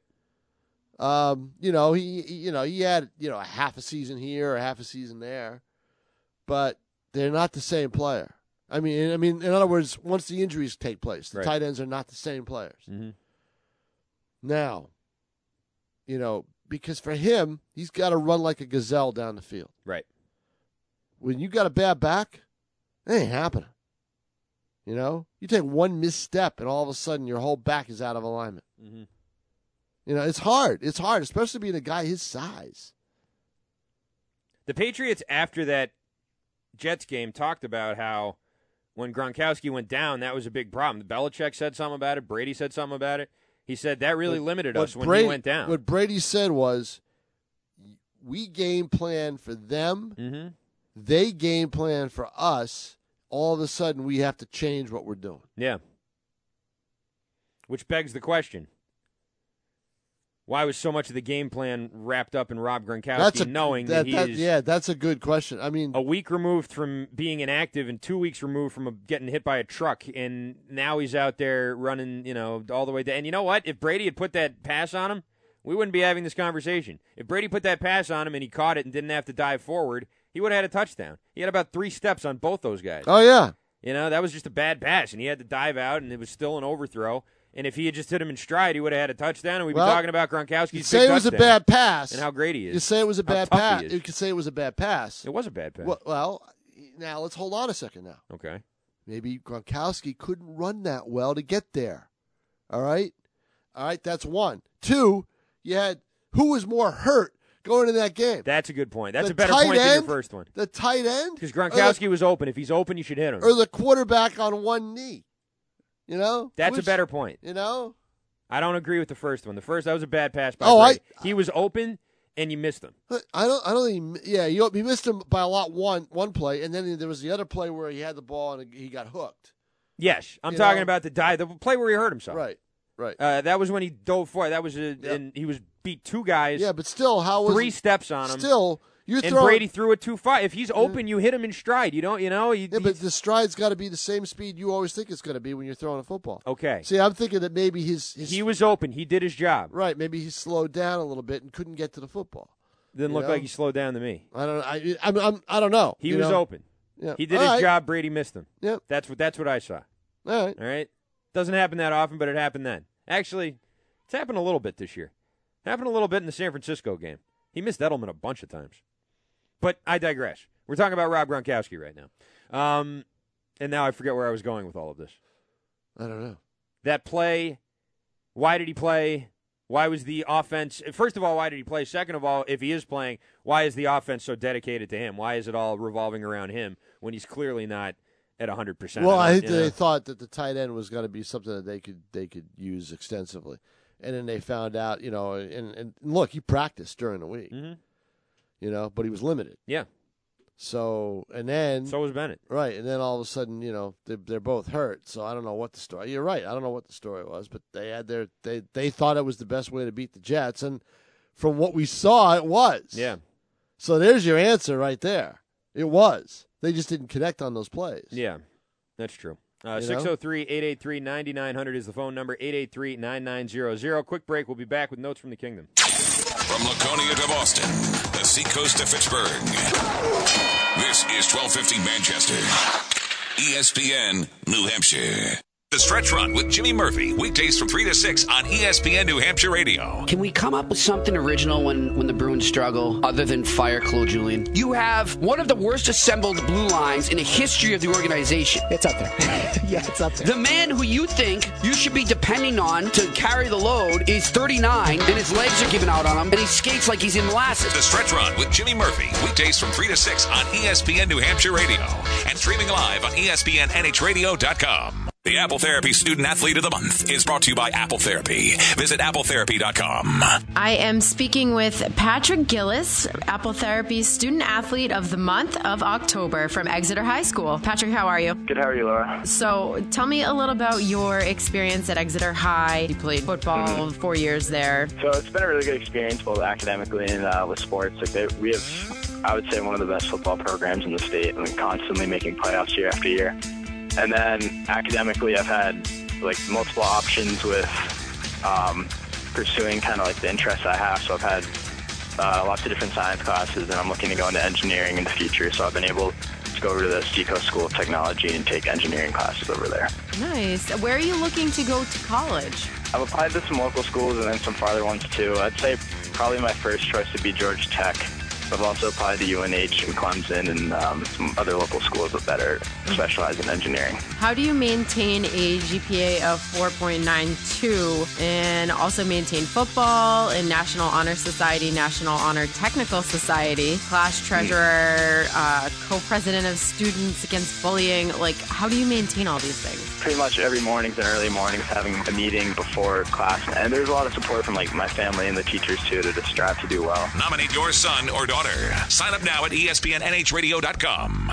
S4: Um, you know, he he- you know, he had, you know, a half a season here or half a season there. But they're not the same player. I mean, I mean, in other words, once the injuries take place, the
S13: Right.
S4: tight ends are not the same players. Now, you know, because for him, he's got to run like a gazelle down the field.
S3: Right.
S4: When you got a bad back, it ain't happening. You know, you take one misstep and all of a sudden your whole back is out of alignment.
S3: Mhm.
S4: You know, it's hard. It's hard, especially being a guy his size.
S3: The Patriots after that Jets game talked about how when Gronkowski went down, that was a big problem. Belichick said something about it. Brady said something about it. He said that really limited
S4: What
S3: us when
S4: Brady-
S3: he went down.
S4: What Brady said was, we game plan for them.
S3: Mhm.
S4: They game plan for us. All of a sudden, we have to change what we're doing.
S3: Yeah. Which begs the question. Why was so much of the game plan wrapped up in Rob Gronkowski knowing that, he is
S4: yeah, that's a good question. I mean,
S3: a week removed from being inactive and two weeks removed from a, getting hit by a truck, and now he's out there running, you know, all the way down. And you know what? If Brady had put that pass on him, we wouldn't be having this conversation. If Brady put that pass on him and he caught it and didn't have to dive forward, he would have had a touchdown. He had about three steps on both those guys.
S4: oh yeah,
S3: You know, that was just a bad pass, and he had to dive out, and it was still an overthrow. And if he had just hit him in stride, he would have had a touchdown, and we'd
S4: Well,
S3: be talking about Gronkowski's
S4: you
S3: big
S4: say it was a
S3: touchdown
S4: bad pass.
S3: and how great he is.
S4: You say it was a
S3: How
S4: bad
S3: tough
S4: pass.
S3: he is.
S4: You could say it was a bad pass.
S3: It was a bad pass.
S4: Well, well, now let's hold on a second. Now
S3: Okay.
S4: maybe Gronkowski couldn't run that well to get there. All right, all right. That's one. Two. You had who was more hurt going into that game?
S3: That's a good point. That's
S4: The
S3: a better
S4: tight
S3: point than your
S4: end?
S3: first one.
S4: The tight end
S3: Because Gronkowski was open. If he's open, you should hit him.
S4: or the quarterback on one knee. You know,
S3: That's
S4: Which-
S3: a better point.
S4: You know,
S3: I don't agree with the first one. The first that was a bad pass by
S4: Oh, I-
S3: Brady. he was open and you missed him.
S4: I don't. I don't think. he mi- Yeah, you, he missed him by a lot one one play, and then there was the other play where he had the ball and he got hooked.
S3: Yes, I'm
S4: You
S3: talking
S4: know?
S3: about the die, the play where he hurt himself.
S4: Right, right.
S3: Uh, that was when he dove for it. That was a, and he was beat two guys.
S4: Yeah, but still, how was
S3: three
S4: it-
S3: steps on him?
S4: Still, you're
S3: and
S4: throwing.
S3: Brady threw it too far. If he's open, you hit him in stride. You don't. You know. You,
S4: yeah, but the stride's got to be the same speed you always think it's going to be when you're throwing a football.
S3: okay.
S4: See, I'm thinking that maybe his, his
S3: He was open. He did his job.
S4: right. Maybe he slowed down a little bit and couldn't get to the football.
S3: Didn't
S4: You
S3: look
S4: know?
S3: like he slowed down to me.
S4: I don't. I. I'm. I'm I don't know.
S3: He
S4: you
S3: was
S4: know?
S3: open.
S4: Yeah.
S3: He did
S4: All
S3: his
S4: right.
S3: job. Brady missed him.
S4: Yep.
S3: That's what. That's what I saw.
S4: All right.
S3: All right. Doesn't happen that often, but it happened then. Actually, it's happened a little bit this year. Happened a little bit in the San Francisco game. He missed Edelman a bunch of times. But I digress. We're talking about Rob Gronkowski right now. Um, and now I forget where I was going with all of this.
S4: I don't know.
S3: That play, why did he play? Why was the offense, first of all, why did he play? Second of all, if he is playing, why is the offense so dedicated to him? Why is it all revolving around him when he's clearly not at 100%?
S4: Well, I
S3: don't-
S4: think
S3: you know?
S4: they thought that the tight end was going to be something that they could they could use extensively, and then they found out, you know, and, and look, he practiced during the week, you know, but he was limited.
S3: Mm-hmm. Yeah.
S4: So and then so
S3: was Bennett,
S4: right? And then all of a sudden, you know, they, they're both hurt. So I don't know what the story. You're right. I don't know what the story was, but they had their they they thought it was the best way to beat the Jets, and from what we saw, it was.
S3: Yeah.
S4: So there's your answer right there. It was. They just didn't connect on those plays.
S3: Yeah, that's true. Uh,
S4: You know?
S3: 603-883-9900 is the phone number, 883-9900. Quick break. We'll be back with Notes from the Kingdom.
S2: From Laconia to Boston, the seacoast to Pittsburgh. This is 1250 Manchester. E ESPN, New Hampshire. The Stretch Run with Jimmy Murphy, weekdays from 3 to 6 on E ESPN New Hampshire Radio.
S13: Can we come up with something original when, when the Bruins struggle, other than fire Clo Julian? You have one of the worst assembled blue lines in the history of the organization. It's up there. yeah, it's up there. (laughs) The man who you think you should be depending on to carry the load is 39, and his legs are giving out on him, and he skates like he's in molasses.
S2: The Stretch Run with Jimmy Murphy, weekdays from 3 to 6 on E ESPN New Hampshire Radio and streaming live on E ESPNNHradio.com. The Apple Therapy Student Athlete of the Month is brought to you by Apple Therapy. Visit appletherapy.com.
S14: I am speaking with Patrick Gillis, Apple Therapy Student Athlete of the Month of October from Exeter High School. Patrick, how are you?
S15: Good, how are you, Laura?
S14: So, tell me a little about your experience at Exeter High. You played
S15: Mm-hmm.
S14: football four years there.
S15: So it's been a really good experience, both academically and uh, with sports. Like they, we have, I would say, one of the best football programs in the state, and constantly making playoffs year after year. And then academically, I've had like multiple options with um, pursuing kind of like the interests I have. So I've had uh, lots of different science classes, and I'm looking to go into engineering in the future. So I've been able to go over to the Seacoast School of Technology and take engineering classes over there.
S14: Nice. Where are you looking to go to college?
S15: I've applied to some local schools and then some farther ones too. I'd say probably my first choice would be George Tech. I've also applied to UNH and Clemson and um, some other local schools that better specialize in engineering.
S14: How do you maintain a GPA of 4.92 and also maintain football in National Honor Society, National Honor Technical Society, class treasurer, uh, co president of Students Against Bullying? Like, how do you maintain all these things?
S15: Pretty much every mornings and early mornings having a meeting before class. And there's a lot of support from like my family and the teachers too to just strive to do well.
S2: Nominate your son or daughter. Sign up now at E ESPNNHradio.com.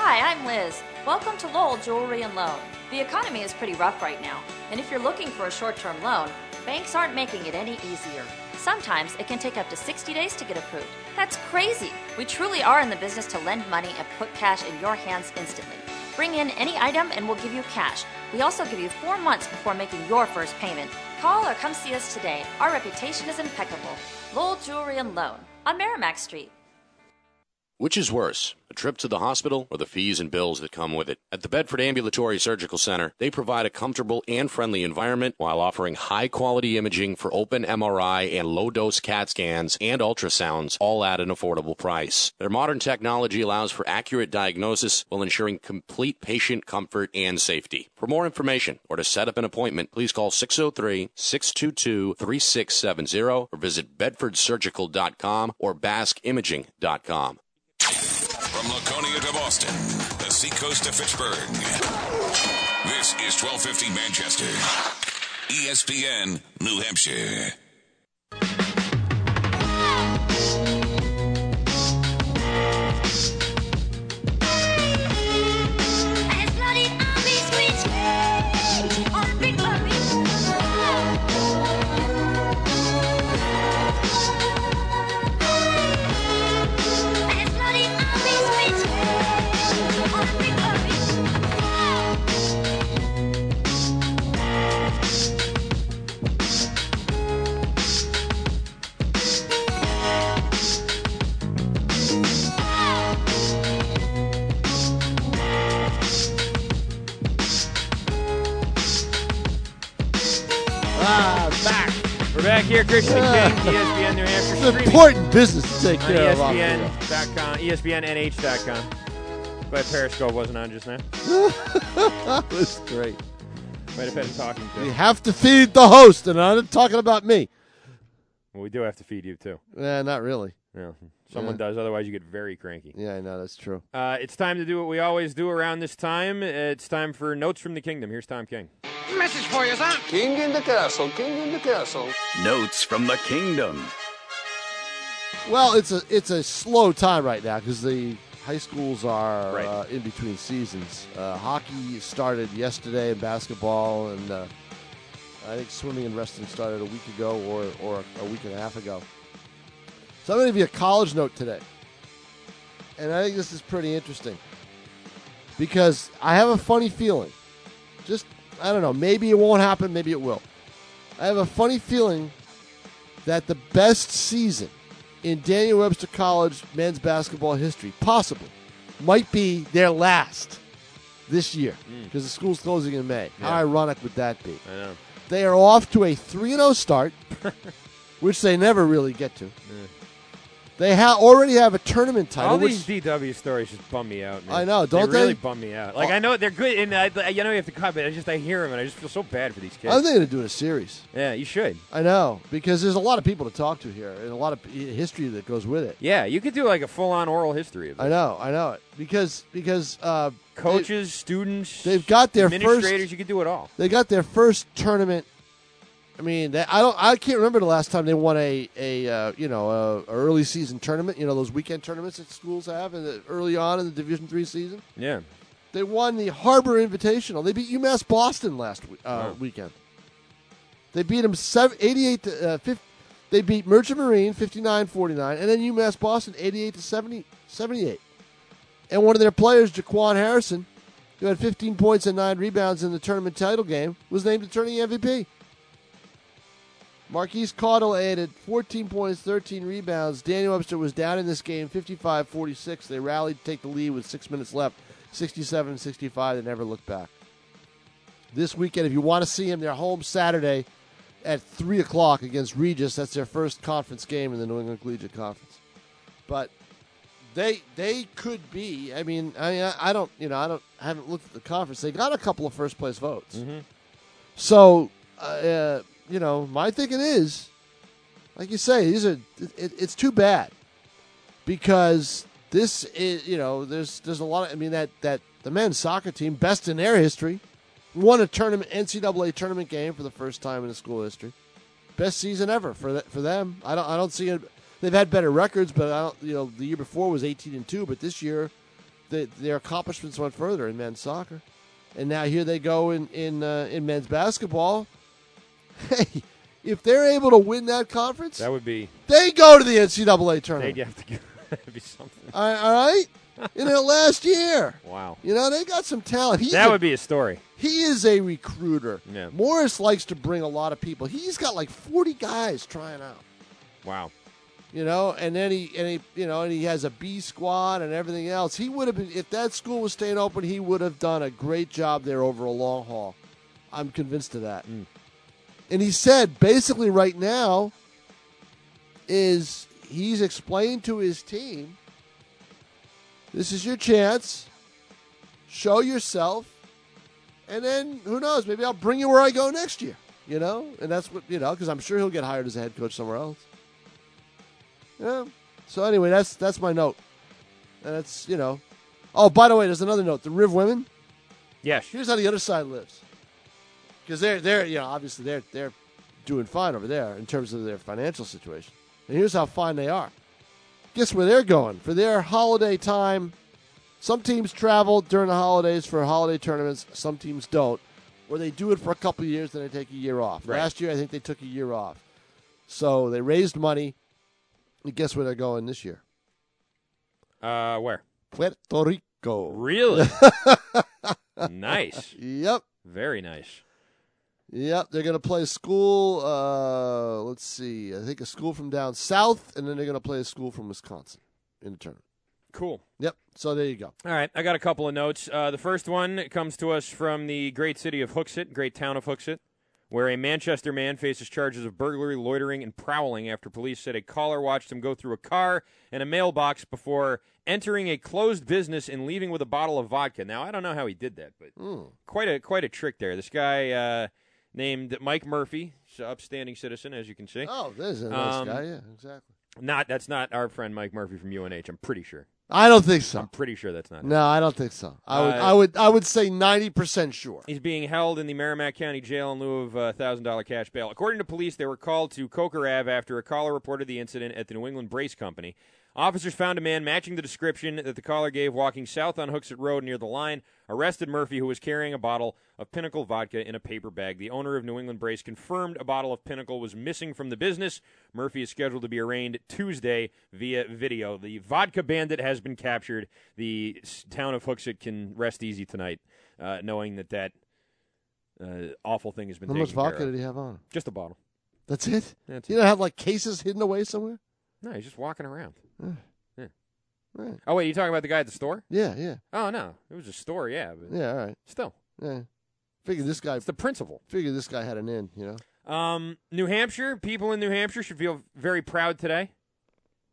S16: Hi, I'm Liz. Welcome to Lowell Jewelry and Loan. The economy is pretty rough right now, and if you're looking for a short term loan, banks aren't making it any easier. Sometimes it can take up to 60 days to get approved. That's crazy! We truly are in the business to lend money and put cash in your hands instantly. Bring in any item and we'll give you cash. We also give you four months before making your first payment. Call or come see us today. Our reputation is impeccable. Lowell Jewelry and Loan on Merrimack Street.
S8: Which is worse, a trip to the hospital or the fees and bills that come with it? At the Bedford Ambulatory Surgical Center, they provide a comfortable and friendly environment while offering high quality imaging for open MRI and low dose CAT scans and ultrasounds, all at an affordable price. Their modern technology allows for accurate diagnosis while ensuring complete patient comfort and safety. For more information or to set up an appointment, please call 603 622 3670 or visit bedfordsurgical.com or baskimaging.com.
S2: From Laconia to Boston, the seacoast to Pittsburgh. This is 1250 Manchester. E ESPN, New Hampshire.
S6: Big Love.
S4: Ah, back. Ah.
S3: We're back here, Christian
S4: Yeah.
S3: King, E ESPN New Hampshire.
S4: It's
S3: streaming Uh, E
S4: important business to take
S3: on
S4: care of,
S3: ESPN.com, ESPNNH.com. Glad Periscope wasn't on just now.
S4: (laughs) That was great.
S3: Might have been talking to.
S4: You have to feed the host, and I'm not talking about me.
S3: Well, we do have to feed you too.
S4: Eh, not really.
S3: Yeah. Someone does, otherwise you get very cranky.
S4: Yeah, I know that's true.
S3: Uh, it's time to do what we always do around this time. It's time for notes from the kingdom. Here's Tom King.
S17: Message for you, son. King in the castle, king in the castle.
S18: Notes from the Kingdom.
S4: Well, it's a it's a slow time right now because the high schools are uh, in between seasons. Uh, hockey started yesterday, and basketball, and uh, I think swimming and wrestling started a week ago or or a week and a half ago. So I'm going to give you a college note today, and I think this is pretty interesting because I have a funny feeling. Just I don't know. Maybe it won't happen. Maybe it will. I have a funny feeling that the best season in Daniel Webster College men's basketball history, possibly, might be their last this year because the school's closing in May. How ironic would that be?
S3: Hmm. I know.
S4: They are off to a 3 0
S3: (laughs)
S4: start, which they never really get to. They ha- already have a tournament title.
S3: All
S4: which-
S3: these DW stories just bum me out. Man.
S4: I know, don't
S3: really
S4: they?
S3: bum me out. Like I know they're good, and I, I- you know you have to cut, but I just I hear them and I just feel so bad for these kids.
S4: I think they're going to do a series.
S3: yeah, you should.
S4: I know because there's a lot of people to talk to here and a lot of p- history that goes with it.
S3: Yeah, you could do like a full on oral history of it.
S4: I know, I know it because because uh,
S3: Coaches, students,
S4: they've got their
S3: administrators.
S4: first
S3: you could do it all.
S4: they got their first tournament. I mean, they, I don't. I can't remember the last time they won a a uh, you know a, a early season tournament. You know those weekend tournaments that schools have in the, early on in the Division three season.
S3: Yeah,
S4: They won the Harbor Invitational. They beat UMass Boston last we- uh,
S3: Wow.
S4: weekend. They beat them seven, 88 to uh, 50, They beat Merchant Marine 59-49, and then UMass Boston 88 to 70, 78. And one of their players, Jaquan Harrison, who had 15 points and nine rebounds in the tournament title game, was named the tournament MVP. Marquise Caudle added 14 points, 13 rebounds. Daniel Webster was down in this game 55 46. They rallied to take the lead with six minutes left 67 65. They never looked back. This weekend, if you want to see them, they're home Saturday at 3 o'clock against Regis. That's their first conference game in the New England Collegiate Conference. But they they could be. I mean, I mean, I- I don't, you know, I don't I haven't looked at the conference. They got a couple of first place votes. So, uh, uh, you know, my thinking is, like you say, these are it, it- it's too bad because this is, you know, there's there's a lot of. I mean, that that the men's soccer team, best in their history, won a tournament NCAA tournament game for the first time in the school history. Best season ever for th- for them. I don't I don't see it. They've had better records, but I don't. You know, the year before was 18 and two, but this year, the, their accomplishments went further in men's soccer, and now here they go in in uh, in men's basketball. (laughs) Hey, if they're able to win that conference,
S3: that would be.
S4: they go to the NCAA tournament.
S3: They'd have to give. (laughs) that'd be something.
S4: All right, all right? in their last year.
S3: Wow.
S4: You know, they got some talent. He's
S3: that
S4: a-
S3: would be a story.
S4: He is a recruiter.
S3: Yeah.
S4: Morris likes to bring a lot of people. He's got like 40 guys trying out,
S3: Wow.
S4: you know, and then he and he, you know, and he has a B squad and everything else. He would have been if that school was staying open, he would have done a great job there over a long haul. I'm convinced of that.
S3: Mm.
S4: And he said basically right now is he's explained to his team this is your chance. Show yourself. And then who knows? Maybe I'll bring you where I go next year. You know? And that's what, you know, because I'm sure he'll get hired as a head coach somewhere else. Yeah. So anyway, that's that's my note. And that's, you know. Oh, by the way, there's another note. The Riv women.
S3: Yes.
S4: Here's how the other side lives. Because they're they're you know, obviously they're they're doing fine over there in terms of their financial situation. And here's how fine they are. Guess where they're going for their holiday time. Some teams travel during the holidays for holiday tournaments. Some teams don't, or they do it for a couple of years, then they take a year off.
S3: Right.
S4: Last year, I think they took a year off, so they raised money. And guess where they're going this year?
S3: Uh, where?
S4: Puerto Rico.
S3: Really?
S4: (laughs)
S3: nice.
S4: Yep.
S3: Very nice.
S4: Yep, they're going to play a school. Uh, let's see, I think a school from down south, and then they're going to play a school from Wisconsin in the tournament.
S3: Cool.
S4: Yep. So there you go.
S3: All right, I got a couple of notes. Uh, the first one comes to us from the great city of Hooksett, great town of Hooksett, where a Manchester man faces charges of burglary, loitering, and prowling after police said a caller watched him go through a car and a mailbox before entering a closed business and leaving with a bottle of vodka. Now, I don't know how he did that, but
S4: Hmm.
S3: quite a quite a trick there. This guy uh, named Mike Murphy, he's an upstanding citizen, as you can see.
S4: Oh, there's a nice
S3: Um,
S4: guy. Yeah, exactly.
S3: Not that's not our friend Mike Murphy from UNH. I'm pretty sure.
S4: I don't think so.
S3: I'm pretty sure that's not. him.
S4: No, I don't think so. I would,
S3: Uh,
S4: I would, I would say ninety percent sure.
S3: He's being held in the Merrimack County Jail in lieu of a thousand dollar cash bail. According to police, they were called to Coker Ave after a caller reported the incident at the New England Brace Company. Officers found a man matching the description that the caller gave walking south on Hooksett Road near the line, arrested Murphy, who was carrying a bottle of Pinnacle vodka in a paper bag. The owner of New England Brace confirmed a bottle of Pinnacle was missing from the business. Murphy is scheduled to be arraigned Tuesday via video. The vodka bandit has been captured. The s- town of Hooksett can rest easy tonight, uh, knowing that that uh, awful thing has been
S4: How much
S3: taken care
S4: vodka
S3: of.
S4: did he have on? him?
S3: Just a bottle.
S4: That's it.
S3: That's
S4: you don't have like cases hidden away somewhere.
S3: No, he's just walking around.
S4: Yeah.
S3: Yeah.
S4: Right.
S3: Oh wait, you talking about the guy at the store?
S4: Yeah, yeah,
S3: Oh no, it was a store. Yeah. But
S4: yeah. All right.
S3: Still.
S4: Yeah. Figure this guy. It's
S3: the principle.
S4: Figure this guy had an end. You know.
S3: Um, New Hampshire people in New Hampshire should feel very proud today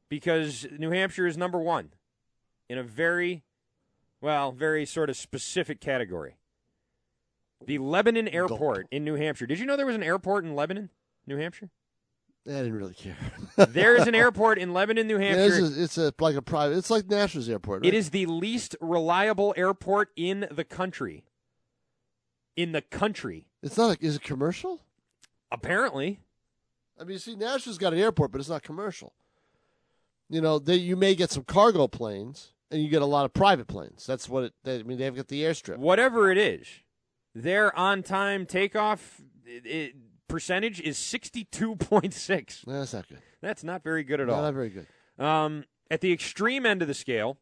S3: because New Hampshire is number one in a very, well, very sort of specific category. The Lebanon Airport in New Hampshire. Did you know there was an airport in Lebanon, New Hampshire?
S4: I didn't really care. (laughs)
S3: There is an airport in Lebanon, New
S4: Yeah,
S3: Hampshire.
S4: this is- it's a, like a private. It's like Nash's airport.
S3: It
S4: right?
S3: is the least reliable airport in the country. In the country,
S4: It's not. A, is it commercial?
S3: apparently.
S4: I mean, you see, Nashville's got an airport, but it's not commercial. You know, they, you may get some cargo planes, and you get a lot of private planes. That's what it. They, I mean, they've got the airstrip.
S3: Whatever it is, (laughs) their on-time takeoff i i percentage is sixty-two point six.
S4: That's not good.
S3: That's not very good at
S4: No,
S3: all.
S4: not very good.
S3: Um, at the extreme end of the scale,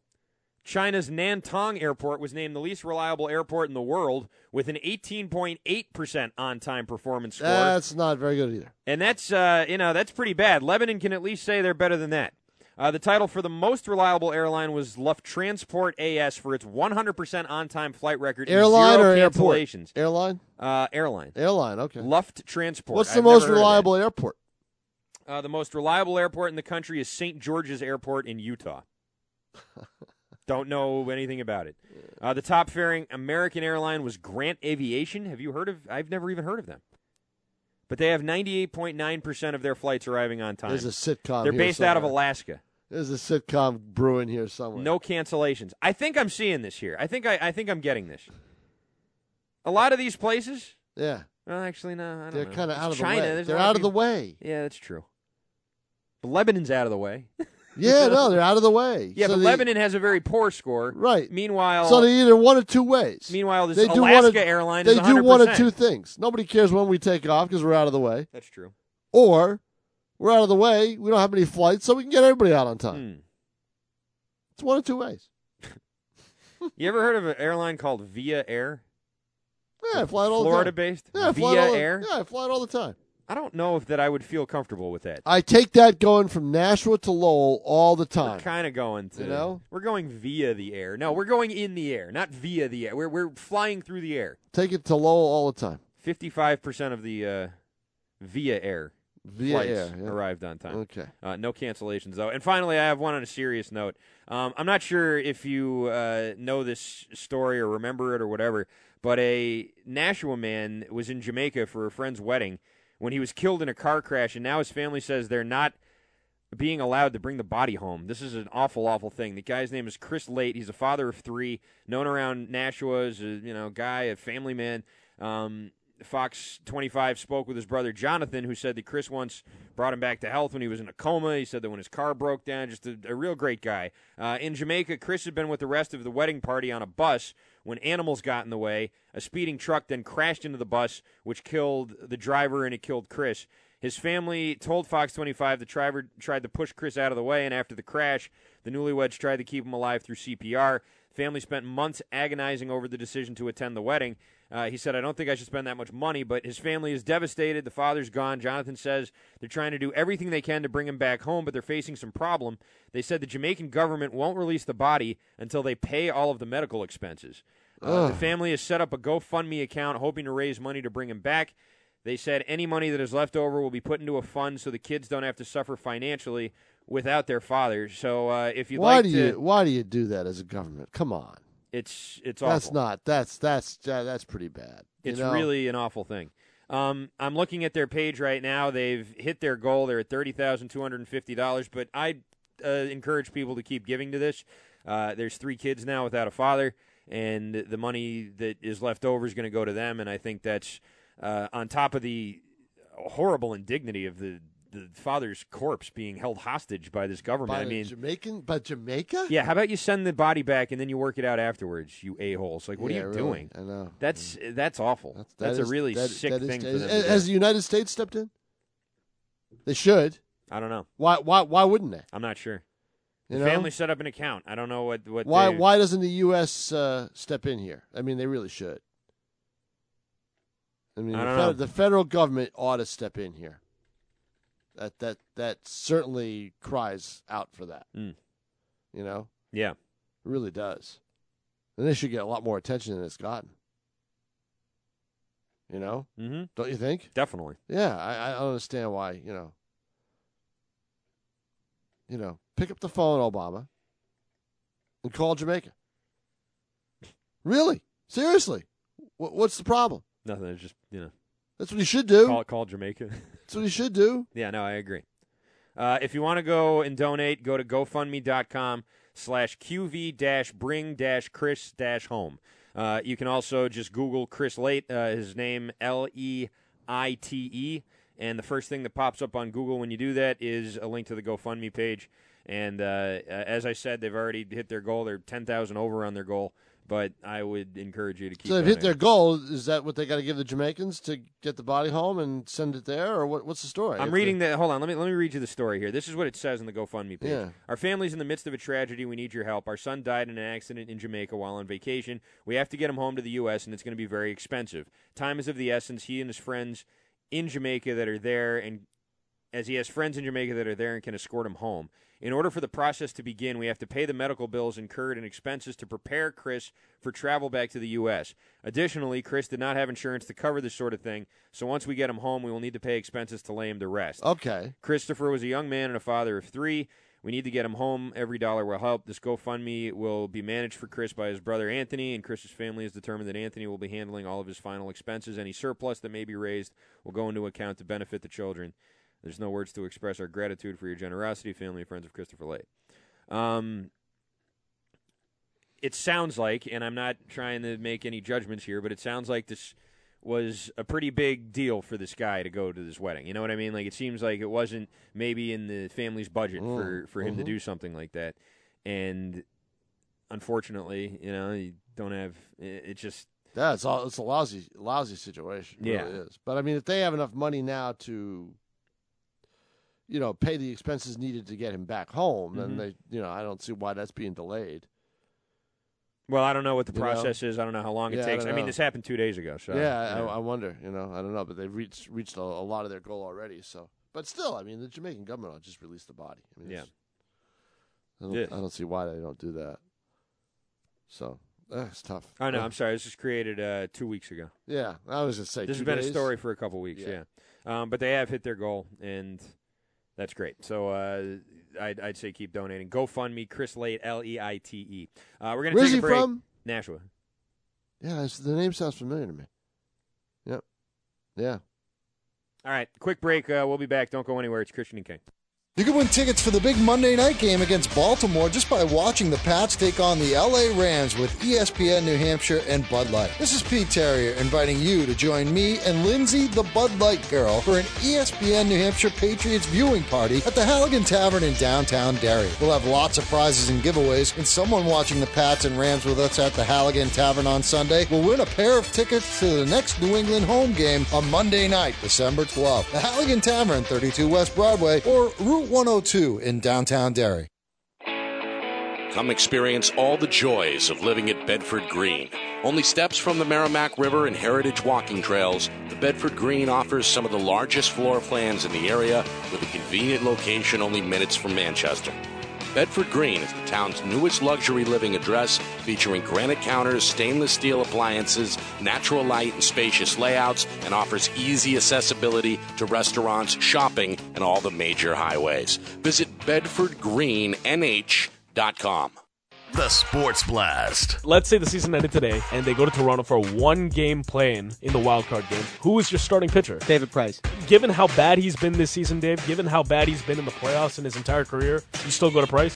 S3: China's Nantong Airport was named the least reliable airport in the world with an 18.8% on time performance score.
S4: That's not very good either.
S3: And that's uh, you know that's pretty bad. Lebanon can at least say they're better than that. Uh, the title for the most reliable airline was Lufttransport AS for its 100% on-time flight record. and
S4: Airline
S3: zero
S4: or airport?
S3: cancellations.
S4: Airline.
S3: Uh, airline.
S4: Airline. Okay.
S3: Lufttransport.
S4: What's the
S3: I've
S4: most
S3: never heard of that.
S4: reliable airport?
S3: Uh, the most reliable airport in the country is St. George's Airport
S4: (laughs)
S3: in Utah. Don't know anything about it. Uh, the top faring American airline was Grant Aviation. Have you heard of? I've never even heard of them. But they have 98.9% of their flights arriving on time.
S4: There's a sitcom
S3: They're
S4: here
S3: based out of
S4: somewhere.
S3: Alaska.
S4: There's a sitcom brewing here somewhere.
S3: No cancellations. I think I'm seeing this here. I think I, I think I'm getting this. A lot of these places.
S4: Yeah.
S3: Well, actually, no. I don't
S4: They're
S3: know.
S4: kind of
S3: It's
S4: out of the
S3: China.
S4: way.
S3: There's a
S4: They're
S3: lot
S4: out of the
S3: people-
S4: way.
S3: Yeah, that's true. But Lebanon's out of the way.
S4: (laughs) Yeah, no, they're out of the way.
S3: (laughs) Yeah,
S4: So
S3: but
S4: they-
S3: Lebanon has a very poor score.
S4: Right.
S3: Meanwhile,
S4: So they either one of two ways.
S3: Meanwhile, this
S4: they do
S3: Alaska
S4: one of,
S3: airline
S4: They
S3: is
S4: do one of
S3: 100%.
S4: two things. Nobody cares when we take off because we're out of the way,
S3: that's true.
S4: or we're out of the way. We don't have many flights, so we can get everybody out on time.
S3: Hmm.
S4: It's one of two ways.
S3: You ever heard of an airline called Via Air?
S4: (laughs) Yeah, I fly it all the
S3: Florida
S4: time.
S3: based.
S4: Yeah, I fly it
S3: Via
S4: all the-
S3: Air.
S4: yeah, I fly it all the time.
S3: I don't know if that I would feel comfortable with that.
S4: I take that going from Nashua to Lowell all the
S3: We're
S4: time.
S3: kind of going to.
S4: You know?
S3: We're going via the air. No, we're going in the air, not via the air. We're we're flying through the air.
S4: Take it to Lowell all the time.
S3: Fifty-five percent of the uh, via air
S4: Via
S3: flights
S4: air, yeah.
S3: arrived on time.
S4: Okay.
S3: uh, no cancellations though. And finally, I have one on a serious note. Um, I'm not sure if you uh, know this story or remember it or whatever, but a Nashua man was in Jamaica for a friend's wedding when he was killed in a car crash, and now his family says they're not being allowed to bring the body home. This is an awful, awful thing. The guy's name is Chris Late. He's a father of three, known around Nashua as a you know guy, a family man. Um, Fox 25 spoke with his brother Jonathan, who said that Chris once brought him back to health when he was in a coma. He said that when his car broke down, just a, a real great guy. Uh, in Jamaica, Chris had been with the rest of the wedding party on a bus when animals got in the way. A speeding truck then crashed into the bus, which killed the driver and it killed Chris. His family told Fox 25 the driver tried to push Chris out of the way, and after the crash, the newlyweds tried to keep him alive through CPR. Family spent months agonizing over the decision to attend the wedding. Uh, he said, I don't think I should spend that much money, but his family is devastated. The father's gone. Jonathan says they're trying to do everything they can to bring him back home, but they're facing some problem. They said the Jamaican government won't release the body until they pay all of the medical expenses. Uh, the
S19: Ugh.
S3: family has set up a GoFundMe account hoping to raise money to bring him back. They said any money that is left over will be put into a fund so the kids don't have to suffer financially without their fathers. So uh, if you'd
S4: why
S3: like
S4: do
S3: to,
S4: you why do you do that as a government? Come on,
S3: it's it's awful.
S4: that's not that's that's uh, that's pretty bad. you
S3: It's
S4: know?
S3: really an awful thing. Um, I'm looking at their page right now. They've hit their goal. They're at thirty thousand two hundred and fifty dollars. But I uh, encourage people to keep giving to this. Uh, there's three kids now without a father, and the money that is left over is going to go to them. And I think that's uh, on top of the horrible indignity of the the father's corpse being held hostage by this government.
S4: By
S3: I
S4: the
S3: mean,
S4: Jamaican, by Jamaica.
S3: yeah, how about you send the body back and then you work it out afterwards, you a holes? Like, what
S4: Yeah,
S3: are you
S4: really.
S3: doing?
S4: I know. Mm.
S3: That's that's awful. That's,
S4: That is-
S3: a really
S4: that-
S3: sick
S4: that is-
S3: thing. for
S4: as-
S3: them to
S4: as,
S3: do.
S4: as the United States stepped in, they should.
S3: I don't know.
S4: Why? Why? Why wouldn't they?
S3: I'm not sure.
S4: You
S3: the
S4: know?
S3: family set up an account. I don't know what what.
S4: why?
S3: they-
S4: Why doesn't the U.S. Uh, step in here? I mean, they really should. I mean,
S3: I
S4: the,
S3: don't know.
S4: fed- the federal government ought to step in here. That that that certainly cries out for that.
S3: Mm.
S4: You know,
S3: Yeah. It
S4: really does. And they should get a lot more attention than it's gotten. You know,
S3: mm-hmm.
S4: don't you think?
S3: Definitely.
S4: Yeah, I, I don't understand why. You know, you know, pick up the phone, Obama, and call Jamaica. Really, seriously, Wh- what's the problem?
S3: Nothing. It's just you know.
S4: That's what he should do.
S3: Call call Jamaica.
S4: That's what he should do.
S3: yeah. No, I agree. Uh, if you want to go and donate, go to GoFundMe.com slash QV dash bring dash Chris dash home. Uh, you can also just Google Chris Late, uh, his name L E I T E. And the first thing that pops up on Google when you do that is a link to the GoFundMe page. And uh, as I said, they've already hit their goal. They're 10,000 over on their goal. But I would encourage you to keep
S4: so they've hit
S3: donating.
S4: their goal. Is that what they got to give the Jamaicans to get the body home and send it there, or what? What's the story?
S3: I'm reading that. Hold on. Let me let me read you the story here. This is what it says on the GoFundMe page.
S4: Yeah.
S3: Our family's in the midst of a tragedy. We need your help. Our son died in an accident in Jamaica while on vacation. We have to get him home to the U.S. and it's going to be very expensive. Time is of the essence. He and his friends in Jamaica that are there and as he has friends in Jamaica that are there and can escort him home. In order for the process to begin, we have to pay the medical bills incurred and expenses to prepare Chris for travel back to the U.S. Additionally, Chris did not have insurance to cover this sort of thing, so once we get him home, we will need to pay expenses to lay him to rest.
S4: Okay.
S3: Christopher was a young man and a father of three. We need to get him home. Every dollar will help. This GoFundMe will be managed for Chris by his brother Anthony, and Chris's family is determined that Anthony will be handling all of his final expenses. Any surplus that may be raised will go into account to benefit the children. There's no words to express our gratitude for your generosity, family, and friends of Christopher Late. Um, it sounds like, and I'm not trying to make any judgments here, but it sounds like this was a pretty big deal for this guy to go to this wedding. You know what I mean? Like it seems like it wasn't maybe in the family's budget
S4: Mm,
S3: for for him to
S4: mhm.
S3: do something like that, and unfortunately, you know, you don't have it. it just
S4: That's it's all. It's a lousy, lousy situation. It
S3: Yeah.
S4: really is. But I mean, if they have enough money now to, you know, pay the expenses needed to get him back home,
S3: Mhm.
S4: then they, you know, I don't see why that's being delayed.
S3: well, I don't know what the
S4: You know?
S3: process is. I don't know how long
S4: Yeah,
S3: it
S4: I
S3: takes. I,
S4: don't
S3: mean,
S4: know.
S3: this happened two days ago, so
S4: yeah,
S3: you know.
S4: I, I wonder. You know, I don't know, but they've reached reached a, a lot of their goal already. So, but still, I mean, the Jamaican government ought to just release the body. I mean,
S3: Yeah.
S4: it's- I don't,
S3: Yeah.
S4: I don't see why they don't do that. So uh, it's tough.
S3: I know.
S4: Uh,
S3: I'm sorry. This was created uh, two weeks ago.
S4: Yeah, I was gonna say,
S3: this has
S4: two
S3: been a
S4: days?
S3: story for a couple weeks. Yeah,
S4: Yeah.
S3: Um, but they have hit their goal, and that's great. So uh, I'd, I'd say keep donating. GoFundMe, Chris Late, L E I T E. Uh, We're gonna
S4: Where's
S3: take a
S4: he
S3: break.
S4: from?
S3: Nashua.
S4: yeah, it's- the name sounds familiar to me. Yep. Yeah.
S3: All right, quick break. Uh, we'll be back. Don't go anywhere. It's Christian and King.
S19: You can win tickets for the big Monday night game against Baltimore just by watching the Pats take on the LA Rams with E ESPN New Hampshire and Bud Light. This is Pete Terrier inviting you to join me and Lindsay the Bud Light Girl for an E ESPN New Hampshire Patriots viewing party at the Halligan Tavern in downtown Derry. We'll have lots of prizes and giveaways, and someone watching the Pats and Rams with us at the Halligan Tavern on Sunday will win a pair of tickets to the next New England home game on Monday night, December 12th. The Halligan Tavern, 32 West Broadway, or Route 102 in downtown Derry.
S8: Come experience all the joys of living at Bedford Green. Only steps from the Merrimack River and heritage walking trails, the Bedford Green offers some of the largest floor plans in the area with a convenient location only minutes from Manchester. Bedford Green is the town's newest luxury living address featuring granite counters, stainless steel appliances, natural light, and spacious layouts, and offers easy accessibility to restaurants, shopping, and all the major highways. Visit bedfordgreennh.com.
S20: The Sports Blast.
S21: Let's say the season ended today and they go to Toronto for a one game play in in the wild card game. Who is your starting pitcher?
S22: David Price.
S21: Given how bad he's been this season, Dave, given how bad he's been in the playoffs in his entire career, you still go to Price?